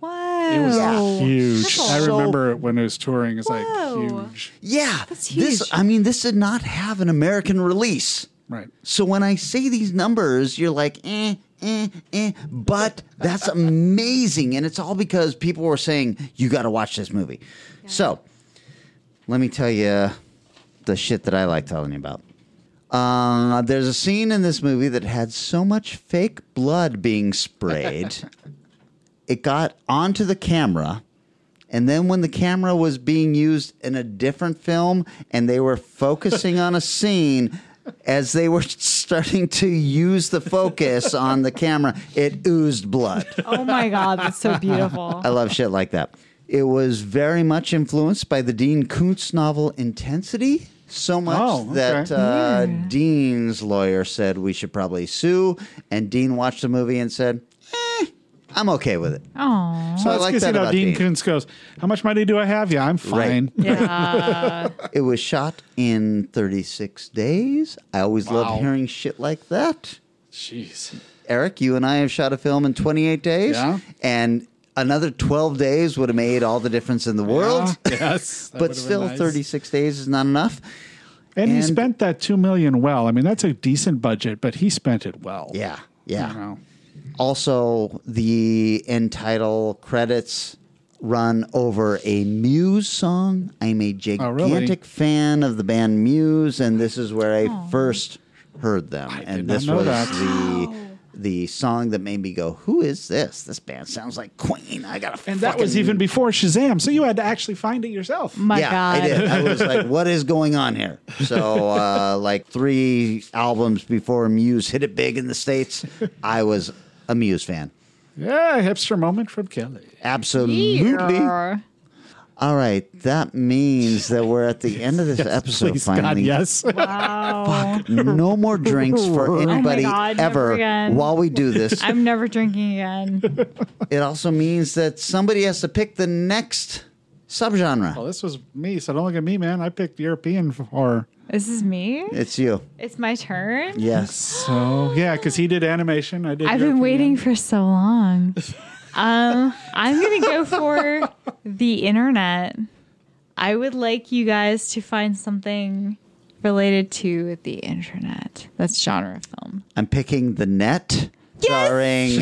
Speaker 8: was
Speaker 6: Wow.
Speaker 8: huge.
Speaker 6: That's
Speaker 8: I
Speaker 6: Oh. so-
Speaker 8: remember it when it was touring. It's like huge.
Speaker 6: Yeah. This I mean, this did not have an American release.
Speaker 8: Right.
Speaker 6: So when I say these numbers, you're like, eh, eh, eh. But that's amazing. And it's all because people were saying, you gotta watch this movie. So let me tell you the shit that I like telling you about. Uh, there's a scene in this movie that had so much fake blood being sprayed, it got onto the camera. And then when the camera was being used in a different film and they were focusing on a scene, as they were starting to use the focus on the camera, it oozed blood.
Speaker 7: Oh my God, that's so beautiful.
Speaker 6: I love shit like that. It was very much influenced by the Dean Koontz novel Intensity, so much
Speaker 8: Oh, okay.
Speaker 6: that uh, Dean's lawyer said we should probably sue. And Dean watched the movie and said, eh, I'm okay with it.
Speaker 7: Oh,
Speaker 8: So
Speaker 6: I
Speaker 8: it's
Speaker 6: like
Speaker 8: good to see
Speaker 6: that
Speaker 8: how
Speaker 6: about
Speaker 8: Dean
Speaker 6: Dean.
Speaker 8: Koontz goes, How much money do I have? Yeah, I'm fine.
Speaker 7: yeah.
Speaker 6: It was shot in 36 days. I always
Speaker 8: Wow.
Speaker 6: love hearing shit like that.
Speaker 8: Jeez.
Speaker 6: Eric, you and I have shot a film in 28 days.
Speaker 8: Yeah.
Speaker 6: And another 12 days would have made all the difference in the world.
Speaker 8: Yes. that
Speaker 6: but
Speaker 8: would've been
Speaker 6: still,
Speaker 8: nice.
Speaker 6: 36 days is not enough.
Speaker 8: And, he
Speaker 6: and-
Speaker 8: spent that two million well. I mean, that's a decent budget, but he spent it well.
Speaker 6: Yeah.
Speaker 8: You
Speaker 6: Yeah.
Speaker 8: know.
Speaker 6: Also, the end title credits run over a Muse song. I'm a gigantic
Speaker 8: Oh, really?
Speaker 6: fan of the band Muse, and this is where I
Speaker 7: Oh.
Speaker 6: first heard them.
Speaker 8: did
Speaker 6: and
Speaker 8: not
Speaker 6: this
Speaker 8: know
Speaker 6: was
Speaker 8: that.
Speaker 6: the the song that made me go, "Who is this? This band sounds like Queen." I gotta.
Speaker 8: And that was
Speaker 6: fucking-
Speaker 8: even before Shazam, so you had to actually find it yourself.
Speaker 7: My
Speaker 6: yeah,
Speaker 7: God.
Speaker 6: I did. I was like, "What is going on here?" So, uh, like three albums before Muse hit it big in the states, I was a Muse fan.
Speaker 8: Yeah, hipster moment from Kelly.
Speaker 6: Absolutely.
Speaker 7: Yeah.
Speaker 6: All right, that means that we're at the end of this episode.
Speaker 8: Please, God,
Speaker 6: finally,
Speaker 8: yes.
Speaker 7: Wow.
Speaker 6: no more drinks for
Speaker 8: Oh my
Speaker 6: anybody
Speaker 7: God, never
Speaker 6: ever
Speaker 7: again.
Speaker 6: while we do this.
Speaker 7: I'm never drinking again.
Speaker 6: it also means that somebody has to pick the next subgenre.
Speaker 8: well, Oh, this was me, so don't look at me, man. I picked European horror.
Speaker 7: This is me.
Speaker 6: It's you.
Speaker 7: It's my turn.
Speaker 6: Yes.
Speaker 8: So yeah, because he did animation. I did.
Speaker 7: I've been
Speaker 8: European.
Speaker 7: waiting for so long. Um, I'm gonna go for the internet. I would like you guys to find something related to the internet. That's genre of film.
Speaker 6: I'm picking The Net, starring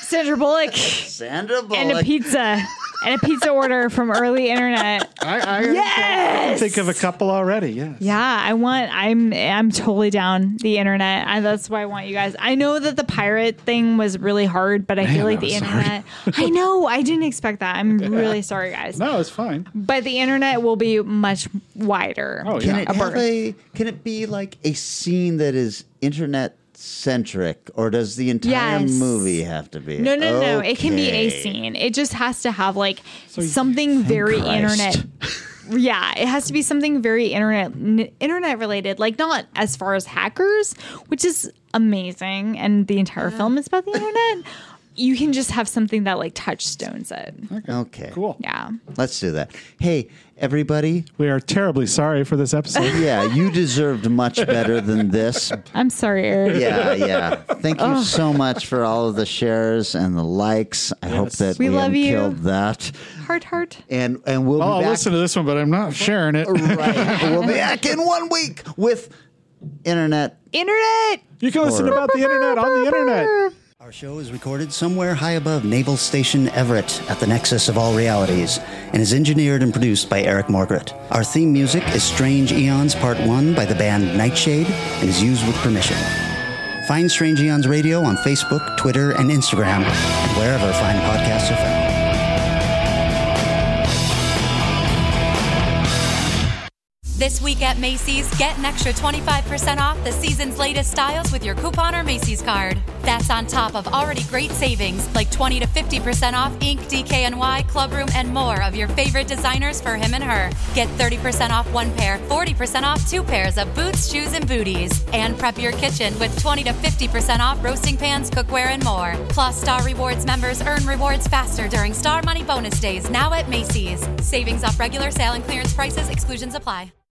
Speaker 7: Sandra Bullock.
Speaker 6: Sandra Bullock.
Speaker 7: And a pizza. And a pizza order from early internet.
Speaker 8: I, I
Speaker 7: yes!
Speaker 8: think of a couple already. Yeah.
Speaker 7: Yeah, I want. I'm. I'm totally down the internet. I, that's why I want you guys. I know that the pirate thing was really hard, but I
Speaker 8: Man,
Speaker 7: feel like
Speaker 8: that
Speaker 7: the
Speaker 8: was
Speaker 7: internet. I know. I didn't expect that. I'm really sorry, guys.
Speaker 8: No, it's fine.
Speaker 7: But the internet will be much wider.
Speaker 8: Oh,
Speaker 6: Can it
Speaker 7: A
Speaker 6: have
Speaker 7: birth.
Speaker 6: a, Can it be like a scene that is internet centric, or does the entire
Speaker 7: Yes.
Speaker 6: movie have to be?
Speaker 7: No, no, no. It can be a
Speaker 6: Okay.
Speaker 7: scene. It just has to have like something very
Speaker 6: Christ.
Speaker 7: internet. yeah, it has to be something very internet n- internet related. Like not as far as hackers, which is amazing, and the entire film is about the internet. You can just have something that like touchstones it.
Speaker 6: Okay. Cool.
Speaker 7: Yeah.
Speaker 6: Let's do that. Hey, everybody.
Speaker 8: We are terribly sorry for this episode.
Speaker 6: yeah, you deserved much better than this.
Speaker 7: I'm sorry, Eric.
Speaker 6: Yeah, yeah. Thank you
Speaker 7: Oh.
Speaker 6: so much for all of the shares and the likes. I hope that
Speaker 7: We
Speaker 6: we,
Speaker 7: love
Speaker 6: haven't
Speaker 7: you.
Speaker 6: killed that.
Speaker 7: Heart, heart.
Speaker 6: And and we'll
Speaker 8: Well,
Speaker 6: be
Speaker 8: I'll
Speaker 6: back.
Speaker 8: Oh, listen to this one, but I'm not sharing it.
Speaker 6: Right. we'll be back in one week with internet
Speaker 7: Internet.
Speaker 8: You can listen
Speaker 6: Or-
Speaker 8: about the internet on the internet.
Speaker 5: Our show is recorded somewhere high above Naval Station Everett at the nexus of all realities and is engineered and produced by Eric Margaret. Our theme music is Strange Eons Part 1 by the band Nightshade and is used with permission. Find Strange Eons Radio on Facebook, Twitter, and Instagram, and wherever fine podcasts are found.
Speaker 1: This week at Macy's, get an extra 25% off the season's latest styles with your coupon or Macy's card. That's on top of already great savings like 20 to 50% off Inc, DKNY, Clubroom, and more of your favorite designers for him and her. Get 30% off one pair, 40% off two pairs of boots, shoes, and booties. And prep your kitchen with 20 to 50% off roasting pans, cookware, and more. Plus, Star Rewards members earn rewards faster during Star Money Bonus Days now at Macy's. Savings off regular sale and clearance prices, exclusions apply.